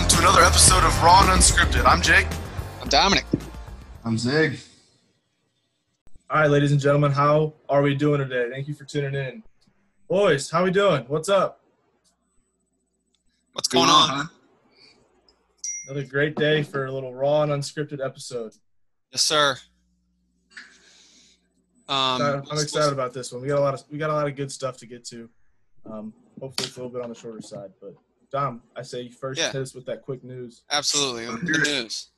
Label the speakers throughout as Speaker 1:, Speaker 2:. Speaker 1: episode of Raw and Unscripted. I'm Jake.
Speaker 2: I'm Dominic.
Speaker 3: I'm Zig.
Speaker 1: All right, ladies and gentlemen, how are we doing today? Thank you for tuning in. Boys, how we doing? What's up?
Speaker 2: What's going on?
Speaker 1: Another great day for a little Raw and Unscripted episode.
Speaker 2: Yes, sir. Um,
Speaker 1: I'm excited about this one. We got a lot of we got a lot of good stuff to get to. Um, hopefully, it's a little bit on the shorter side. But Dom, I say you first
Speaker 2: Yeah.
Speaker 1: hit us with that quick news.
Speaker 2: Absolutely.
Speaker 3: Let's
Speaker 2: The
Speaker 3: hear it.
Speaker 2: news.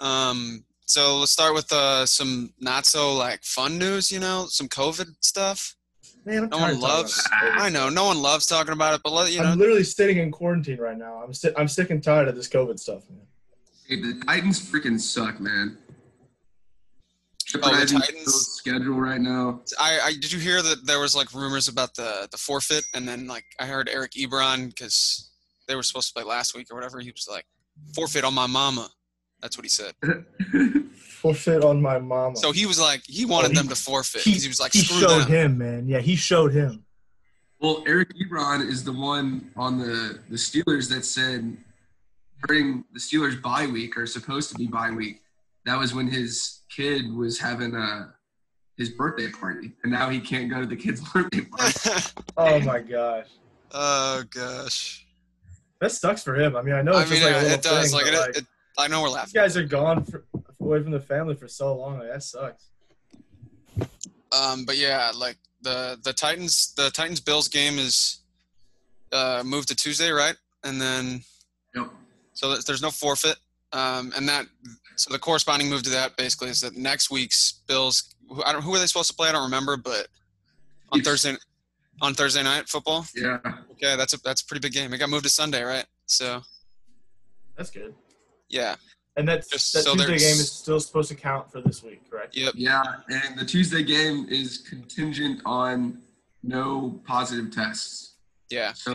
Speaker 2: Um, so let's start with uh, some not so like fun news, you know, some COVID stuff.
Speaker 1: Man, I'm
Speaker 2: No
Speaker 1: tired
Speaker 2: one
Speaker 1: of talking
Speaker 2: loves.
Speaker 1: about this.
Speaker 2: I know no one loves talking about it, but let, you know,
Speaker 1: I'm literally sitting in quarantine right now. I'm si- I'm sick and tired of this COVID stuff, man.
Speaker 4: Dude, the Titans freaking suck, man. Jeopardizing the
Speaker 2: Titans?
Speaker 4: schedule right now.
Speaker 2: I, I did you hear that there was like rumors about the the forfeit, and then like I heard Eric Ebron because they were supposed to play last week or whatever. He was like, forfeit on my mama. That's what he said.
Speaker 1: Forfeit on my mama.
Speaker 2: So he was like, he wanted
Speaker 1: he-
Speaker 2: them to forfeit. 'cause He, was like, screw
Speaker 1: showed
Speaker 2: them.
Speaker 1: him, man. Yeah, he showed him.
Speaker 4: well, Eric Ebron is the one on the, the Steelers that said during the Steelers bye week or supposed to be bye week, that was when his kid was having a his birthday party, and now he can't go to the kid's birthday party.
Speaker 1: Oh my gosh,
Speaker 2: oh gosh.
Speaker 1: that sucks for him. I mean, I know
Speaker 2: I
Speaker 1: it's
Speaker 2: mean,
Speaker 1: just like a
Speaker 2: uh,
Speaker 1: little
Speaker 2: it does.
Speaker 1: thing,
Speaker 2: like,
Speaker 1: but,
Speaker 2: it,
Speaker 1: like,
Speaker 2: it, I know we're
Speaker 1: these
Speaker 2: laughing.
Speaker 1: guys are gone for, away from the family for so long. Like, that sucks.
Speaker 2: Um, but yeah, like the the Titans, the Titans Bills game is uh, moved to Tuesday, right? And then
Speaker 4: Yep.
Speaker 2: So there's- there's no forfeit, um, and that so the corresponding move to that basically is that next week's Bills. who- I don't who are they supposed to play? I don't remember, but on
Speaker 4: Chiefs.
Speaker 2: Thursday on Thursday night football.
Speaker 4: Yeah.
Speaker 2: Okay, that's a that's a pretty big game. It got moved to Sunday, right? So
Speaker 1: That's good.
Speaker 2: yeah,
Speaker 1: And that's
Speaker 2: Just
Speaker 1: that
Speaker 2: so
Speaker 1: Tuesday game
Speaker 2: there's-
Speaker 1: is still supposed to count for this week, correct?
Speaker 2: yep,
Speaker 4: Yeah. And the Tuesday game is contingent on no positive tests.
Speaker 2: yeah.
Speaker 4: So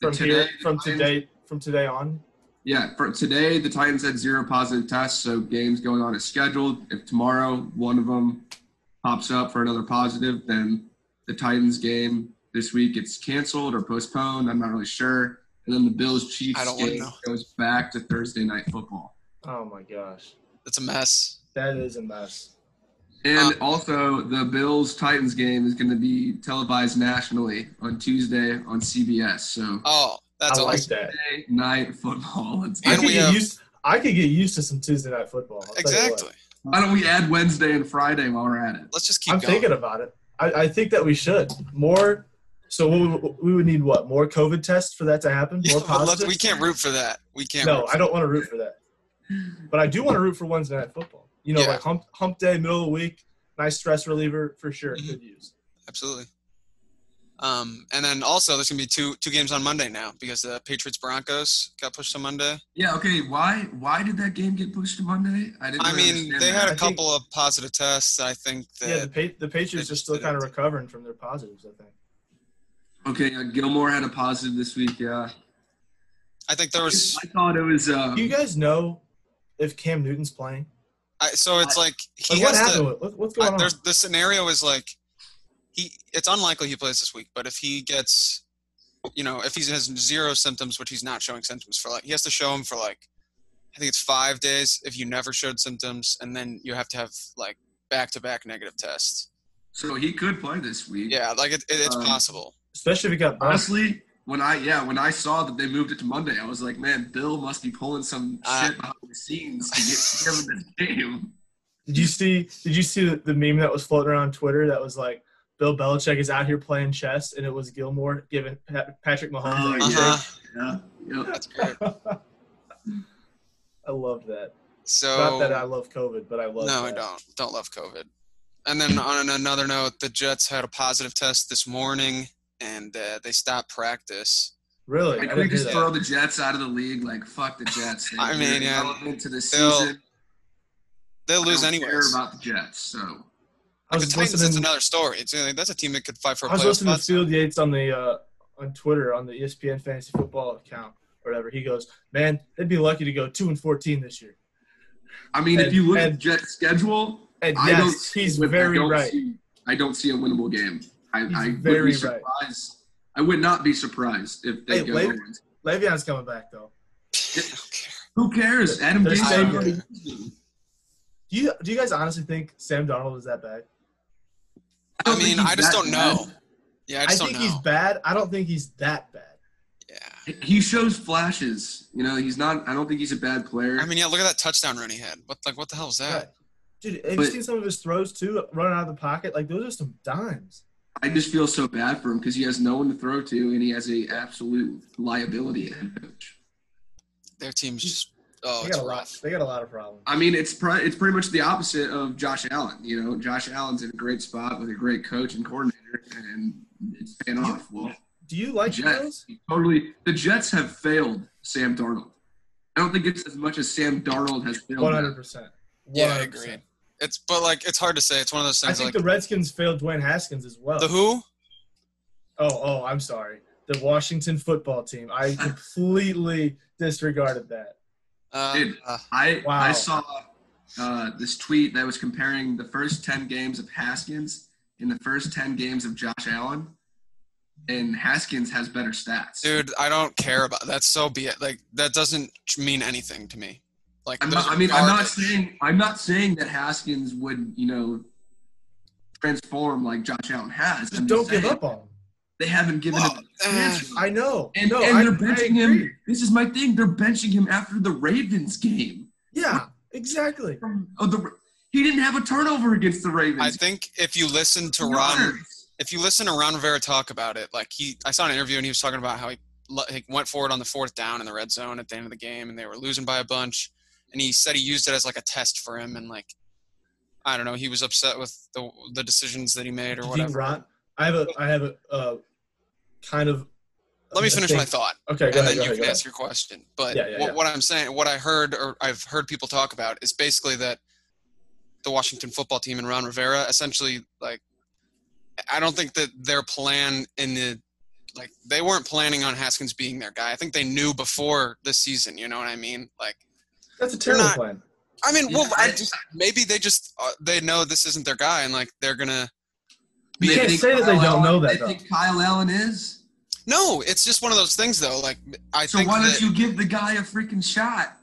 Speaker 4: the
Speaker 1: From here,
Speaker 4: the
Speaker 1: from
Speaker 4: Titans-
Speaker 1: today, from today on.
Speaker 4: Yeah, for today the Titans had zero positive tests, so games going on as scheduled. If tomorrow one of them pops up for another positive, then the Titans game this week gets canceled or postponed. I'm not really sure. And then the Bills
Speaker 2: I
Speaker 4: Chiefs
Speaker 2: don't wanna
Speaker 4: game
Speaker 2: know.
Speaker 4: goes back to Thursday night football.
Speaker 1: Oh my gosh,
Speaker 2: It's a mess.
Speaker 1: that is a mess.
Speaker 2: Um,
Speaker 4: And also the Bills Titans game is going to be televised nationally on Tuesday on CBS. So
Speaker 2: Oh, that's
Speaker 1: I like
Speaker 2: awesome.
Speaker 1: that.
Speaker 4: Tuesday night football. Let's
Speaker 1: I
Speaker 2: And
Speaker 1: could
Speaker 2: we
Speaker 1: get
Speaker 2: have-
Speaker 1: used. I could get used to some Tuesday night football. I'll tell you what.
Speaker 2: exactly.
Speaker 4: Why don't we add Wednesday and Friday while we're at it?
Speaker 2: Let's just keep
Speaker 1: I'm
Speaker 2: going.
Speaker 1: thinking about it. I, I think that we should more. So we, would- we would need what more COVID tests for that to happen?
Speaker 2: Yeah,
Speaker 1: More
Speaker 2: but let's,
Speaker 1: positive?
Speaker 2: we can't root for that. We can't.
Speaker 1: No,
Speaker 2: root
Speaker 1: I don't want to root for that, but I do want to root for Wednesday night football. You know,
Speaker 2: Yeah.
Speaker 1: like hump hump day, middle of the week, nice stress reliever for sure.
Speaker 2: Mm-hmm.
Speaker 1: Could use.
Speaker 2: absolutely. Um, and then also there's gonna be two two games on Monday now because the Patriots Broncos got pushed to Monday.
Speaker 4: Yeah. Okay. Why? Why did that game get pushed to Monday? I didn't.
Speaker 2: I
Speaker 4: really
Speaker 2: mean,
Speaker 4: understand
Speaker 2: they
Speaker 4: that.
Speaker 2: had
Speaker 1: I
Speaker 2: a
Speaker 1: think-
Speaker 2: couple of positive tests. I think that
Speaker 1: yeah, the, pa- the Patriots are
Speaker 2: just
Speaker 1: still
Speaker 2: did
Speaker 1: kind of
Speaker 2: it.
Speaker 1: recovering from their positives. I think.
Speaker 4: Okay. Yeah, Gilmore had a positive this week. Yeah.
Speaker 2: I think there was.
Speaker 4: I thought it was. Um,
Speaker 1: Do you guys know if Cam Newton's playing?
Speaker 2: I, so it's like he
Speaker 1: Like, what
Speaker 2: has
Speaker 1: happened?
Speaker 2: to.
Speaker 1: with, what, what's
Speaker 2: I-
Speaker 1: going on?
Speaker 2: there's the scenario is like he. It's unlikely he plays this week, but if he gets, you know, if he has zero symptoms, which he's not showing symptoms for, like he has to show them for like, I think it's five days. If you never showed symptoms, and then you have to have like back to back negative tests.
Speaker 4: so he could play this week.
Speaker 2: Yeah, like it, it, it's
Speaker 4: Um,
Speaker 2: possible.
Speaker 1: Especially if he got bumped.
Speaker 4: Honestly, when I yeah when I saw that they moved it to Monday, I was like, man, Bill must be pulling some
Speaker 2: Uh,
Speaker 4: shit behind the scenes to get him in the game.
Speaker 1: Did you see? Did you see the, the meme that was floating around Twitter that was like, Bill Belichick is out here playing chess, and it was Gilmore giving Pat, Patrick Mahomes.
Speaker 4: Oh,
Speaker 1: like,
Speaker 2: Uh
Speaker 4: yeah.
Speaker 2: huh.
Speaker 4: Yeah. Yep.
Speaker 2: That's great.
Speaker 1: I love that.
Speaker 2: So
Speaker 1: Not that I love COVID, but I love.
Speaker 2: no,
Speaker 1: that.
Speaker 2: I don't. Don't love COVID. And then on another note, the Jets had a positive test this morning, and uh, they stopped practice.
Speaker 1: Really, I
Speaker 4: Like, we
Speaker 1: didn't hear
Speaker 4: just
Speaker 1: that.
Speaker 4: throw the Jets out of the league. Like, fuck the Jets. They-
Speaker 2: I mean,
Speaker 4: they're
Speaker 2: yeah.
Speaker 4: irrelevant to the
Speaker 2: They'll
Speaker 4: season.
Speaker 2: They'll
Speaker 4: I
Speaker 2: lose
Speaker 4: don't
Speaker 2: anyway.
Speaker 4: Care about the Jets. So
Speaker 1: I
Speaker 2: The
Speaker 1: was
Speaker 2: Titans, it's
Speaker 1: listening.
Speaker 2: another story. It's, uh, that's a team that could fight for a
Speaker 1: I was
Speaker 2: playoff
Speaker 1: listening
Speaker 2: spot.
Speaker 1: to Field Yates on the uh, on Twitter on the E ESPN Fantasy Football account or whatever. He goes, "Man, they'd be lucky to go two and fourteen this year."
Speaker 4: I mean,
Speaker 1: And-
Speaker 4: if you look
Speaker 1: and-
Speaker 4: at Jets' schedule,
Speaker 1: And
Speaker 4: I don't
Speaker 1: yes,
Speaker 4: see
Speaker 1: he's
Speaker 4: win- I
Speaker 1: very
Speaker 4: don't
Speaker 1: right.
Speaker 4: see- I don't see a winnable game. I,
Speaker 1: He's
Speaker 4: I would
Speaker 1: very
Speaker 4: be
Speaker 1: right.
Speaker 4: surprised. I would not be surprised if they
Speaker 1: Hey,
Speaker 4: go.
Speaker 1: later- Le'Veon's coming back though.
Speaker 4: Who cares? Adam
Speaker 1: There's
Speaker 4: Gase.
Speaker 2: no-
Speaker 4: I'm gonna use him.
Speaker 1: Do you do you guys honestly think Sam Donald is that bad?
Speaker 4: don't
Speaker 2: I
Speaker 4: think
Speaker 2: mean,
Speaker 4: he's
Speaker 2: I just
Speaker 4: that
Speaker 2: don't know.
Speaker 4: bad.
Speaker 2: Yeah, I
Speaker 1: I,
Speaker 2: just
Speaker 1: think
Speaker 2: don't
Speaker 1: he's
Speaker 2: know.
Speaker 1: bad. I don't think he's that bad.
Speaker 2: Yeah.
Speaker 4: He shows flashes. You know, he's not. I don't think he's a bad player.
Speaker 2: I mean, yeah. Look at that touchdown run he had. What like what the hell was that?
Speaker 1: Right. Dude, have you
Speaker 4: But-
Speaker 1: seen some of his throws too, running out of the pocket? Like those are some dimes.
Speaker 4: I just feel so bad for him because he has no one to throw to, and he has a absolute liability at head coach.
Speaker 2: Their team's just oh,
Speaker 1: they
Speaker 2: it's
Speaker 1: got a
Speaker 2: rough.
Speaker 1: lot. They got a lot of problems.
Speaker 4: I mean, it's pri- it's pretty much the opposite of Josh Allen. You know, Josh Allen's in a great spot with a great coach and coordinator, and it's paying off. Well,
Speaker 1: Do you
Speaker 4: the
Speaker 1: like
Speaker 4: Jets
Speaker 1: those?
Speaker 4: he totally. The Jets have failed Sam Darnold. I don't think it's as much as Sam Darnold has failed.
Speaker 1: One hundred percent.
Speaker 2: Yeah, I agree. It's but like it's hard to say. It's one of those
Speaker 1: I
Speaker 2: things
Speaker 1: think
Speaker 2: like
Speaker 1: the Redskins failed Dwayne Haskins as well.
Speaker 2: the who?
Speaker 1: Oh, oh, I'm sorry. The Washington football team. I completely disregarded that.
Speaker 2: Uh,
Speaker 4: Dude.
Speaker 2: uh,
Speaker 4: I
Speaker 1: Wow.
Speaker 4: I saw uh, this tweet that was comparing the first ten games of Haskins and the first ten games of Josh Allen, and Haskins has better stats.
Speaker 2: dude, I don't care about that's so be it. Like that doesn't mean anything to me. Like
Speaker 4: I'm
Speaker 2: those
Speaker 4: not,
Speaker 2: are
Speaker 4: I mean, I'm not
Speaker 2: garbage.
Speaker 4: saying I'm not saying that Haskins would you know transform like Josh Allen has.
Speaker 1: Just
Speaker 4: I'm
Speaker 1: don't
Speaker 4: just
Speaker 1: give
Speaker 4: saying
Speaker 1: up on him.
Speaker 4: They haven't given
Speaker 2: Well, uh,
Speaker 4: up. a chance.
Speaker 1: I know.
Speaker 4: and
Speaker 1: no,
Speaker 4: and
Speaker 1: I,
Speaker 4: they're
Speaker 1: I
Speaker 4: benching
Speaker 1: agree.
Speaker 4: him. This is my thing. They're benching him after the Ravens game.
Speaker 1: Yeah, exactly.
Speaker 4: From oh, the, he didn't have a turnover against the Ravens.
Speaker 2: I think if you listen to Ron if you listen to Ron Rivera talk about it, like he, I saw an interview and he was talking about how he, le- he went forward on the fourth down in the red zone at the end of the game and they were losing by a bunch. And he said he used it as like a test for him and like, I don't know, he was upset with the the decisions that he made or
Speaker 1: Do you think
Speaker 2: whatever.
Speaker 1: Ron? I have a. I have a uh, kind of.
Speaker 2: Let me finish my thought
Speaker 1: Okay,
Speaker 2: and
Speaker 1: go ahead.
Speaker 2: then
Speaker 1: go
Speaker 2: you
Speaker 1: ahead,
Speaker 2: can
Speaker 1: go ahead.
Speaker 2: ask your question. But
Speaker 1: Yeah, yeah,
Speaker 2: what,
Speaker 1: yeah.
Speaker 2: what I'm saying, what I heard or I've heard people talk about is basically that the Washington football team and Ron Rivera essentially like I don't think that their plan in the like they weren't planning on Haskins being their guy. I think they knew before the season. You know what I mean? Like
Speaker 1: That's a
Speaker 2: They're
Speaker 1: terrible
Speaker 2: not-
Speaker 1: plan.
Speaker 2: I mean,
Speaker 4: Yeah,
Speaker 2: well, I
Speaker 4: I-
Speaker 2: just, maybe they just uh, they know this isn't their guy and like they're gonna
Speaker 1: You can't say that they don't know that,
Speaker 4: They think Kyle Allen is.
Speaker 2: no. It's just one of those things though. Like I
Speaker 4: So
Speaker 2: think
Speaker 4: why
Speaker 2: that-
Speaker 4: don't you give the guy a freaking shot?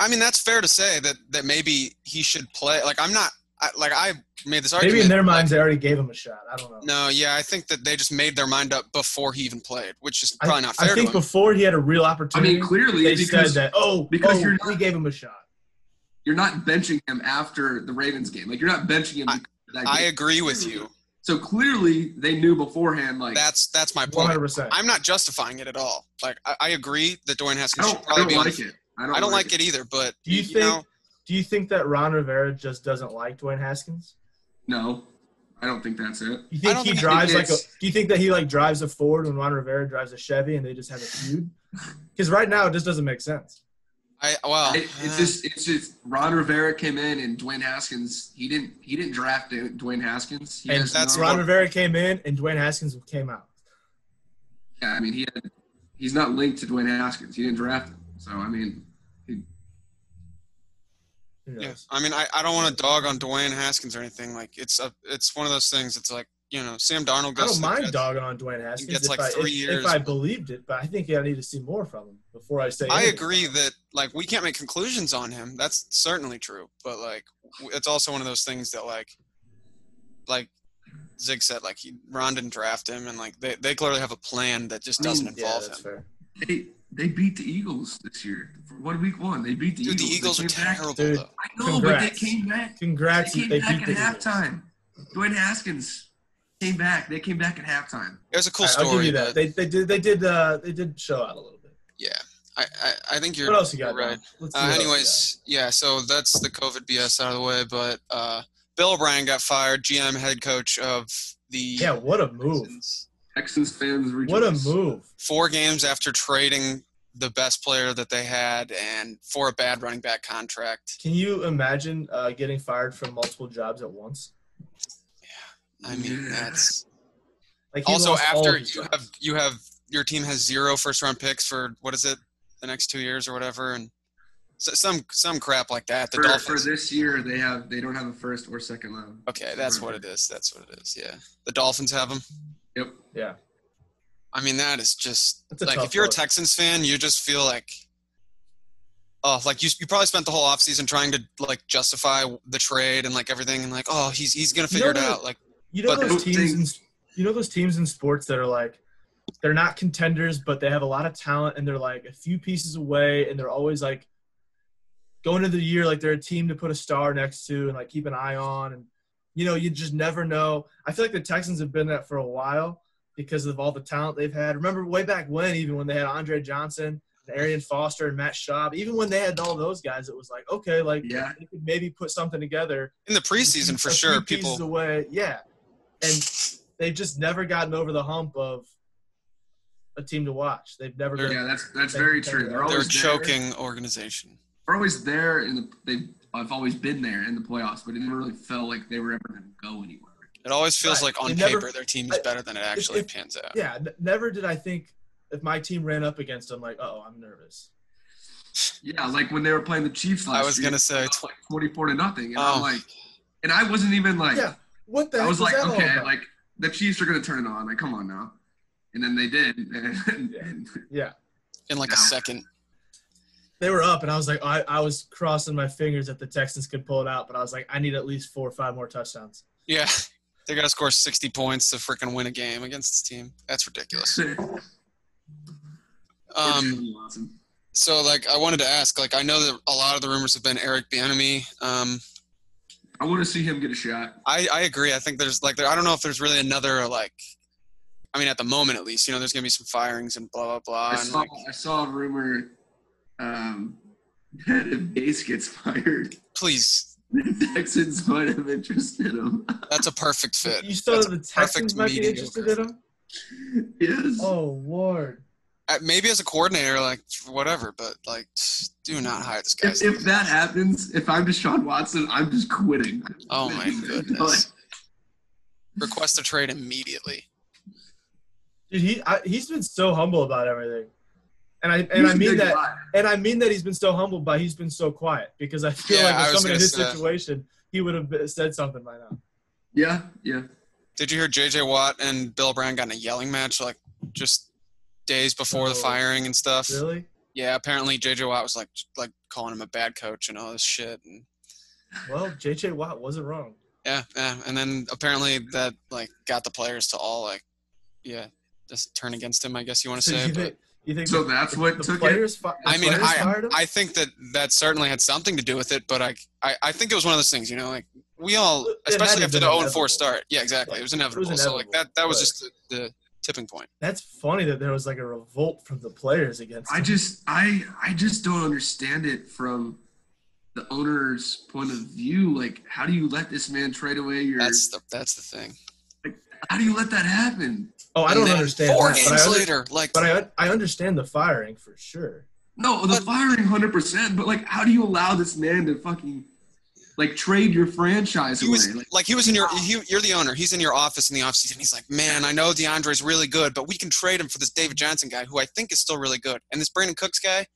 Speaker 2: I mean, that's fair to say that that maybe he should play. Like I'm not. I, like I made this argument.
Speaker 1: Maybe in their
Speaker 2: like,
Speaker 1: minds, they already gave him a shot. I don't know.
Speaker 2: No, yeah, I think that they just made their mind up before he even played, which is
Speaker 1: I-
Speaker 2: probably not fair
Speaker 1: I
Speaker 2: to
Speaker 1: think
Speaker 2: him.
Speaker 1: before he had a real
Speaker 4: I
Speaker 1: opportunity,
Speaker 4: mean, clearly
Speaker 1: they
Speaker 4: because
Speaker 1: said that. Oh,
Speaker 4: because
Speaker 1: oh,
Speaker 4: you're
Speaker 1: we
Speaker 4: not-
Speaker 1: gave him a shot.
Speaker 4: you're not benching him after the Ravens game. Like you're not benching him.
Speaker 2: I-
Speaker 4: because of that
Speaker 2: I
Speaker 4: game.
Speaker 2: agree with you.
Speaker 4: so clearly they knew beforehand. Like
Speaker 2: That's that's my
Speaker 1: One
Speaker 2: point.
Speaker 1: hundred percent.
Speaker 2: I'm not justifying it at all. Like I, I agree that Dwayne
Speaker 4: I
Speaker 2: Haskins should
Speaker 4: don't, I
Speaker 2: probably
Speaker 4: don't
Speaker 2: be on the
Speaker 4: like it. I don't,
Speaker 2: I don't like it either, but
Speaker 1: Do you
Speaker 2: you,
Speaker 1: think?
Speaker 2: know,
Speaker 1: Do you think that Ron Rivera just doesn't like Dwayne Haskins?
Speaker 4: No, I don't think that's it.
Speaker 1: You
Speaker 2: I
Speaker 1: think
Speaker 2: don't
Speaker 1: he
Speaker 2: think it
Speaker 1: drives like a?
Speaker 4: is.
Speaker 1: Do you think that he like drives a Ford when Ron Rivera drives a Chevy and they just have a feud? Because right now it just doesn't make sense.
Speaker 2: I well,
Speaker 4: It, it's
Speaker 1: Uh-huh.
Speaker 4: just it's just Ron Rivera came in and Dwayne Haskins. He didn't he didn't draft Dwayne Haskins. He
Speaker 1: And
Speaker 4: has
Speaker 2: that's
Speaker 4: no-
Speaker 1: Ron Rivera came in and Dwayne Haskins came out.
Speaker 4: Yeah, I mean he had, he's not linked to Dwayne Haskins. He didn't draft him. So I mean,
Speaker 1: Who knows?
Speaker 2: Yeah. I mean, I, I don't want to dog on Dwayne Haskins or anything. Like it's a it's one of those things. It's like you know, Sam Darnold
Speaker 1: I
Speaker 2: goes.
Speaker 1: don't
Speaker 2: to the
Speaker 1: mind
Speaker 2: Jets.
Speaker 1: dogging on Dwayne Haskins
Speaker 2: gets,
Speaker 1: if,
Speaker 2: like,
Speaker 1: I, if-
Speaker 2: three years.
Speaker 1: if I believed it, but I think I need to see more from him before I say.
Speaker 2: I
Speaker 1: anything.
Speaker 2: agree that like we can't make conclusions on him. That's certainly true, but like w- it's also one of those things that like like Zig said, like he Ron didn't draft him, and like they, they clearly have a plan that just
Speaker 4: I mean,
Speaker 2: doesn't
Speaker 1: Yeah,
Speaker 2: involve
Speaker 1: that's
Speaker 2: him.
Speaker 1: fair.
Speaker 4: they they beat the Eagles this year. What week one? They beat the
Speaker 2: Dude, the Eagles
Speaker 4: Eagles. They
Speaker 2: are
Speaker 4: came back.
Speaker 2: terrible.
Speaker 1: Dude.
Speaker 2: Though.
Speaker 4: I know, but they
Speaker 1: Congrats.
Speaker 4: came back.
Speaker 1: Congrats,
Speaker 4: They
Speaker 1: they,
Speaker 4: came
Speaker 1: beat
Speaker 4: back
Speaker 1: the
Speaker 4: at
Speaker 1: Eagles.
Speaker 4: halftime. Dwayne Haskins came back. They came back at halftime.
Speaker 2: It was a cool
Speaker 1: Alright,
Speaker 2: story.
Speaker 1: I'll give you
Speaker 2: but-
Speaker 1: that. They, they did they did uh, they did show out a little bit.
Speaker 2: yeah, I, I I think you're
Speaker 1: what else you got?
Speaker 2: you're right.
Speaker 1: Don? Let's see
Speaker 2: Uh,
Speaker 1: what else you
Speaker 2: anyways, yeah, so that's the COVID BS out of the way. But uh, Bill O'Brien got fired, GM head coach of the
Speaker 1: got. yeah, what a move!
Speaker 2: Texans,
Speaker 4: Texans fans rejoice.
Speaker 1: What a move!
Speaker 2: four games after trading the best player that they had and for a bad running back contract.
Speaker 1: Can you imagine uh, getting fired from multiple jobs at once?
Speaker 2: I mean,
Speaker 4: Yeah.
Speaker 2: that's
Speaker 1: Like he
Speaker 2: also
Speaker 1: lost all
Speaker 2: after
Speaker 1: of his
Speaker 2: you
Speaker 1: jobs.
Speaker 2: have you have your team has zero first round picks for what is it the next two years or whatever and so, some some crap like that. The
Speaker 4: For,
Speaker 2: Dolphins.
Speaker 4: for this year, they have they don't have a first or second round.
Speaker 2: okay, that's what it is. That's what it is. Yeah, the Dolphins have them.
Speaker 4: Yep.
Speaker 1: yeah,
Speaker 2: I mean, that is just
Speaker 1: That's a
Speaker 2: like
Speaker 1: tough
Speaker 2: if you're a
Speaker 1: look.
Speaker 2: Texans fan, you just feel like oh, like you, you probably spent the whole offseason trying to like justify the trade and like everything and like, oh, he's he's gonna figure
Speaker 1: No,
Speaker 2: it
Speaker 1: no.
Speaker 2: out. Like,
Speaker 1: You know
Speaker 2: But
Speaker 1: those
Speaker 4: don't
Speaker 1: teams.
Speaker 4: think-
Speaker 1: In, you know those teams in sports that are like, they're not contenders, but they have a lot of talent, and they're like a few pieces away, and they're always like, going into the year like they're a team to put a star next to and like keep an eye on, and you know you just never know. I feel like the Texans have been that for a while because of all the talent they've had. Remember way back when, even when they had Andre Johnson, and Arian Foster, and Matt Schaub, even when they had all those guys, it was like okay, like
Speaker 4: Yeah.
Speaker 1: they could maybe put something together
Speaker 2: in the preseason for
Speaker 1: a
Speaker 2: sure,
Speaker 1: few pieces
Speaker 2: people
Speaker 1: away, yeah, and they've just never gotten over the hump of a team to watch. They've never been.
Speaker 4: Yeah, that's that's very true. They're
Speaker 2: they're a
Speaker 4: always there.
Speaker 2: choking organization.
Speaker 4: They're always there in the they. I've always been there in the playoffs, but it never really felt like they were ever going to go anywhere.
Speaker 2: It always feels
Speaker 1: Right.
Speaker 2: like on
Speaker 1: They never-
Speaker 2: paper their team is
Speaker 1: I-
Speaker 2: better than it actually
Speaker 1: if-
Speaker 2: pans out.
Speaker 1: Yeah, n- never did I think if my team ran up against them, like, oh, I'm nervous.
Speaker 4: Yeah, like when they were playing the Chiefs last
Speaker 2: I was
Speaker 4: year,
Speaker 2: gonna say
Speaker 4: it was like twenty-four to nothing, and
Speaker 2: Oh.
Speaker 4: I'm like, and I wasn't even like,
Speaker 1: Yeah, what the
Speaker 4: I
Speaker 1: heck
Speaker 4: was like,
Speaker 1: that all
Speaker 4: okay,
Speaker 1: about?
Speaker 4: like the Chiefs are going to turn it on. Like, come on now, and then they did. And,
Speaker 1: Yeah.
Speaker 4: and-
Speaker 1: yeah,
Speaker 2: in like a
Speaker 4: No.
Speaker 2: second.
Speaker 1: they were up, and I was like, I, I was crossing my fingers that the Texans could pull it out, but I was like, I need at least four or five more touchdowns.
Speaker 2: Yeah. They gotta score sixty points to freaking win a game against this team. That's ridiculous. Um,
Speaker 4: Watson.
Speaker 2: so like I wanted to ask, like I know that a lot of the rumors have been Eric Bieniemy. Um,
Speaker 4: I want to see him get a shot.
Speaker 2: I, I agree. I think there's like there, I don't know if there's really another like I mean at the moment at least, you know, there's gonna be some firings and blah blah blah.
Speaker 4: I
Speaker 2: and,
Speaker 4: saw,
Speaker 2: like,
Speaker 4: I saw a rumor um, that if Base gets fired,
Speaker 2: please,
Speaker 4: the Texans might have interested him.
Speaker 2: that's a perfect fit.
Speaker 1: You still
Speaker 2: That's
Speaker 1: the
Speaker 2: perfect
Speaker 1: Texans might be
Speaker 2: mediocre.
Speaker 1: interested in him?
Speaker 4: yes.
Speaker 1: Oh Lord,
Speaker 2: Uh, maybe as a coordinator, like whatever, but like do not hire this guy.
Speaker 4: If, if that happens, if I'm Deshaun Watson, I'm just quitting.
Speaker 2: Oh my
Speaker 4: Like,
Speaker 2: goodness. Request a trade immediately.
Speaker 1: dude, he I, he's been so humble about everything, and I and
Speaker 4: he's
Speaker 1: I
Speaker 4: a
Speaker 1: mean
Speaker 4: good
Speaker 1: that.
Speaker 4: guy.
Speaker 1: And I mean that he's been so humble, but he's been so quiet because I feel
Speaker 2: Yeah, I
Speaker 1: like
Speaker 2: was
Speaker 1: if someone in
Speaker 2: gonna
Speaker 1: his
Speaker 2: say.
Speaker 1: situation, he would have been- said something by now.
Speaker 4: Yeah, yeah.
Speaker 2: Did you hear JJ Watt and Bill Brown got in a yelling match like just days before the
Speaker 1: No.
Speaker 2: firing and stuff?
Speaker 1: Really?
Speaker 2: Yeah, apparently JJ Watt was like like calling him a bad coach and all this shit and
Speaker 1: Well, JJ Watt wasn't wrong.
Speaker 2: yeah, yeah. And then apparently that like got the players to all like yeah, just turn against him, I guess you want to
Speaker 1: So
Speaker 2: say.
Speaker 1: you
Speaker 2: But
Speaker 1: think, you think
Speaker 4: So that's
Speaker 1: the,
Speaker 4: what
Speaker 1: the
Speaker 4: took it.
Speaker 1: players, fi- the
Speaker 2: I mean,
Speaker 1: players fired him?
Speaker 2: I think that that certainly had something to do with it, but I I, I think it was one of those things, you know, like we all,
Speaker 1: It had
Speaker 2: especially
Speaker 1: to
Speaker 2: after
Speaker 1: have
Speaker 2: the
Speaker 1: been
Speaker 2: 0 and 4
Speaker 1: inevitable.
Speaker 2: start. Yeah, exactly.
Speaker 1: Yeah,
Speaker 2: It was inevitable. So like
Speaker 1: inevitable,
Speaker 2: that that was
Speaker 1: but-
Speaker 2: just the, the tipping point.
Speaker 1: That's funny that there was like a revolt from the players against
Speaker 4: I
Speaker 1: him.
Speaker 4: just I I just don't understand it from the owner's point of view. Like, how do you let this man trade away your?
Speaker 2: That's the that's the thing.
Speaker 4: how do you let that happen?
Speaker 1: Oh, I
Speaker 2: And
Speaker 1: don't
Speaker 2: then
Speaker 1: understand
Speaker 2: Four
Speaker 1: that, but I
Speaker 2: games
Speaker 1: under-
Speaker 2: later, like
Speaker 1: but I, un- I understand the firing for sure.
Speaker 4: No, the
Speaker 2: But-
Speaker 4: firing hundred percent. But like, how do you allow this man to fucking like trade your franchise
Speaker 2: he
Speaker 4: away?
Speaker 2: was
Speaker 4: Like,
Speaker 2: like he was in your he, you're the owner. He's in your office in the offseason. He's like, man, I know DeAndre's really good, but we can trade him for this David Johnson guy, who I think is still really good, and this Brandon Cooks guy,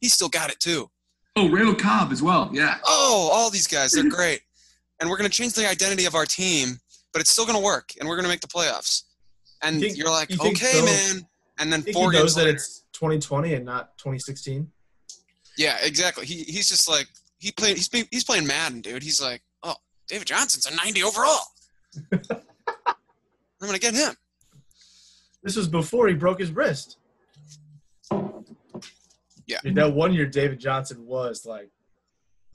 Speaker 2: he's still got it too.
Speaker 4: oh, Randall Cobb as well. Yeah,
Speaker 2: oh, all these guys, they're great. And we're going to change the identity of our team, but it's still going to work, and we're going to make the playoffs. And
Speaker 1: Think-
Speaker 2: you're like,
Speaker 1: you think
Speaker 2: okay,
Speaker 1: so?
Speaker 2: man. And then
Speaker 1: I think
Speaker 2: four
Speaker 1: he knows
Speaker 2: games
Speaker 1: that
Speaker 2: later.
Speaker 1: it's 2020 and not 2016.
Speaker 2: yeah, exactly. He, he's just like, he played, he's, being- he's playing Madden, dude. He's like, oh, David Johnson's a 90 overall. I'm going to get him.
Speaker 1: This was before he broke his wrist.
Speaker 2: Yeah.
Speaker 1: Dude, that one year David Johnson was like,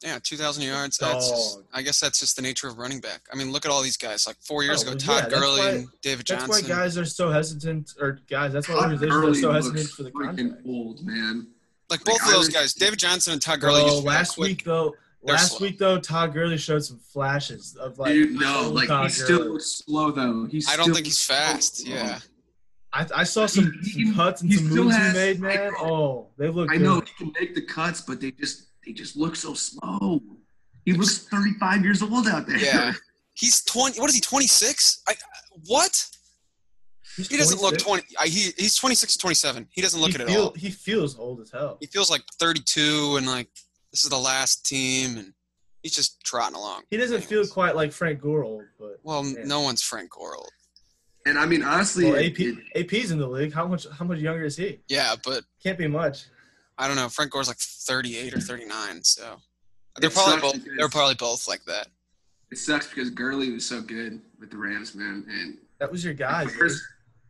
Speaker 2: Yeah, 2,000 yards. That's just,
Speaker 1: Dog.
Speaker 2: I guess that's just the nature of running back. I mean, look at all these guys. Like four years
Speaker 1: Oh,
Speaker 2: ago,
Speaker 1: well, yeah,
Speaker 2: Todd
Speaker 1: that's
Speaker 2: Gurley
Speaker 1: why-
Speaker 2: and David
Speaker 1: that's
Speaker 2: Johnson.
Speaker 1: why guys are so hesitant, or guys, that's why
Speaker 4: Todd
Speaker 1: organizations are
Speaker 4: Gurley
Speaker 1: so
Speaker 4: looks
Speaker 1: hesitant for the
Speaker 4: freaking
Speaker 1: contract.
Speaker 4: old man.
Speaker 2: like both
Speaker 4: like,
Speaker 2: of
Speaker 4: I
Speaker 2: those
Speaker 4: was-
Speaker 2: guys, David Johnson and Todd Gurley.
Speaker 1: Bro,
Speaker 2: just got
Speaker 1: Oh, last
Speaker 2: quick-
Speaker 1: week though,
Speaker 2: They're
Speaker 1: last
Speaker 2: slow.
Speaker 1: week though, Todd Gurley showed some flashes of like.
Speaker 4: Dude, no,
Speaker 1: old
Speaker 4: like he
Speaker 1: Todd
Speaker 4: still
Speaker 1: Gurley.
Speaker 4: looks slow though. He's
Speaker 2: I don't
Speaker 4: still
Speaker 2: think he's
Speaker 4: so
Speaker 2: fast.
Speaker 4: slow.
Speaker 2: Yeah.
Speaker 1: I, I saw some,
Speaker 4: He-
Speaker 1: some cuts and
Speaker 4: he
Speaker 1: some
Speaker 4: still
Speaker 1: moves he
Speaker 4: has-
Speaker 1: made, man.
Speaker 4: I know.
Speaker 1: Oh, they look.
Speaker 4: I know
Speaker 1: good.
Speaker 4: he can make the cuts, but they just they just look so slow. He looks 35 years old out there.
Speaker 2: Yeah. He's 20. What is he, 26? I, what?
Speaker 1: He's
Speaker 2: He doesn't look
Speaker 1: 26.
Speaker 2: 20. I, he, he's 26 or 27. He doesn't look
Speaker 1: he
Speaker 2: it at
Speaker 1: feel-
Speaker 2: all.
Speaker 1: He feels old as hell.
Speaker 2: He feels like 32 and like this is the last team and he's just trotting along.
Speaker 1: He doesn't feel quite like Frank Gore old, but
Speaker 2: Well,
Speaker 1: Yeah.
Speaker 2: no one's Frank Goral.
Speaker 4: And I mean, honestly,
Speaker 1: well,
Speaker 4: it-
Speaker 1: AP
Speaker 4: it-
Speaker 1: AP's in the league. How much? How much younger is he?
Speaker 2: Yeah, but
Speaker 1: Can't be much.
Speaker 2: I don't know. Frank Gore's like 38 or 39, so they're
Speaker 4: It
Speaker 2: probably
Speaker 4: sucks
Speaker 2: both,
Speaker 4: because-
Speaker 2: they're probably both like that.
Speaker 4: It sucks because Gurley was so good with the Rams, man. And
Speaker 1: That was your guy.
Speaker 4: the
Speaker 1: dude.
Speaker 4: first-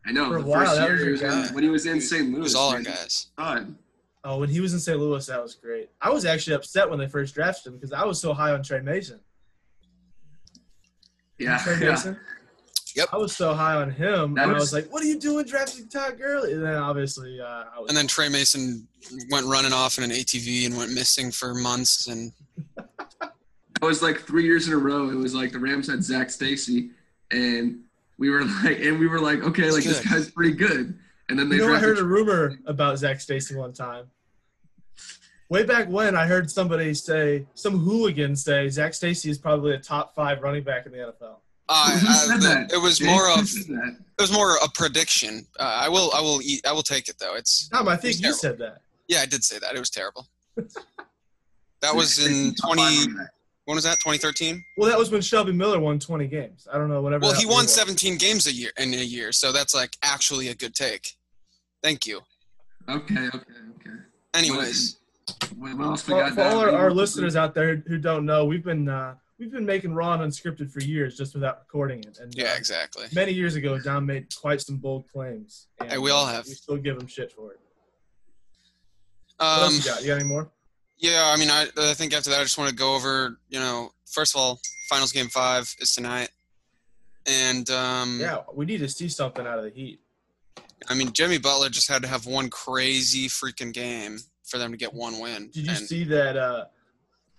Speaker 4: I know
Speaker 1: For a
Speaker 4: the
Speaker 1: while,
Speaker 4: first
Speaker 1: that
Speaker 4: year
Speaker 1: was
Speaker 4: he
Speaker 1: your
Speaker 4: was in-
Speaker 2: guy.
Speaker 4: when he was in
Speaker 2: It
Speaker 4: St. Louis,
Speaker 2: It was all our
Speaker 4: man,
Speaker 2: guys.
Speaker 4: God,
Speaker 1: Oh, when he was in St. Louis, that was great. I was actually upset when they first drafted him because I was so high on Trey Mason.
Speaker 4: yeah,
Speaker 1: Trey
Speaker 4: yeah.
Speaker 1: Mason?
Speaker 2: Yep.
Speaker 1: I was so high on him,
Speaker 4: That
Speaker 1: and I
Speaker 4: was-
Speaker 1: was like, "What are you doing drafting Todd Gurley?" And then obviously, uh, I was,
Speaker 2: And then Trey Mason went running off in an ATV and went missing for months. And
Speaker 4: It was like three years in a row. It was like the Rams had Zach Stacy, and we were like, and we were like, okay,
Speaker 2: He's
Speaker 4: like this
Speaker 2: good.
Speaker 4: guy's pretty good. And then they
Speaker 1: you know, I
Speaker 4: drafted
Speaker 1: heard a rumor about Zach Stacy one time. Way back when, I heard somebody say, some hooligan say, Zach Stacy is probably a top five running back in the NFL.
Speaker 2: I,
Speaker 4: Who
Speaker 2: I,
Speaker 4: said that?
Speaker 2: it was
Speaker 4: Jake,
Speaker 2: more
Speaker 4: who
Speaker 2: of
Speaker 4: said that?
Speaker 2: it was more a prediction. Uh, I will I will eat, I will take it though. It's
Speaker 1: Tom, I think
Speaker 2: He's
Speaker 1: you
Speaker 2: terrible.
Speaker 1: said that.
Speaker 2: yeah, I did say that. It was terrible. That was
Speaker 4: Zach
Speaker 2: in
Speaker 4: Stacy, top five
Speaker 2: 20
Speaker 4: running back.
Speaker 2: when was that? 2013.
Speaker 1: Well, that was when Shelby Miller won 20 games. I don't know, whatever.
Speaker 2: Well,
Speaker 1: that
Speaker 2: he won
Speaker 1: was.
Speaker 2: 17 games a year in a year, so that's like actually a good take. Thank you.
Speaker 4: Okay, okay, okay.
Speaker 2: Anyways,
Speaker 4: What, what else we
Speaker 1: For,
Speaker 4: got?
Speaker 1: for all
Speaker 4: down?
Speaker 1: our, our listeners out there who don't know, we've been uh, we've been making raw and unscripted for years, just without recording it. And uh,
Speaker 2: yeah, exactly.
Speaker 1: many years ago, Dom made quite some bold claims. And,
Speaker 2: Hey, we all
Speaker 1: uh,
Speaker 2: have.
Speaker 1: We still give him shit for it. What
Speaker 2: Um,
Speaker 1: else you got? You got any more?
Speaker 2: Yeah, I mean, I, I think after that, I just want to go over, you know, first of all, finals game five is tonight. And, um,
Speaker 1: Yeah, we need to see something out of the Heat.
Speaker 2: I mean, Jimmy Butler just had to have one crazy freaking game for them to get one win.
Speaker 1: Did you
Speaker 2: and
Speaker 1: see that? Uh,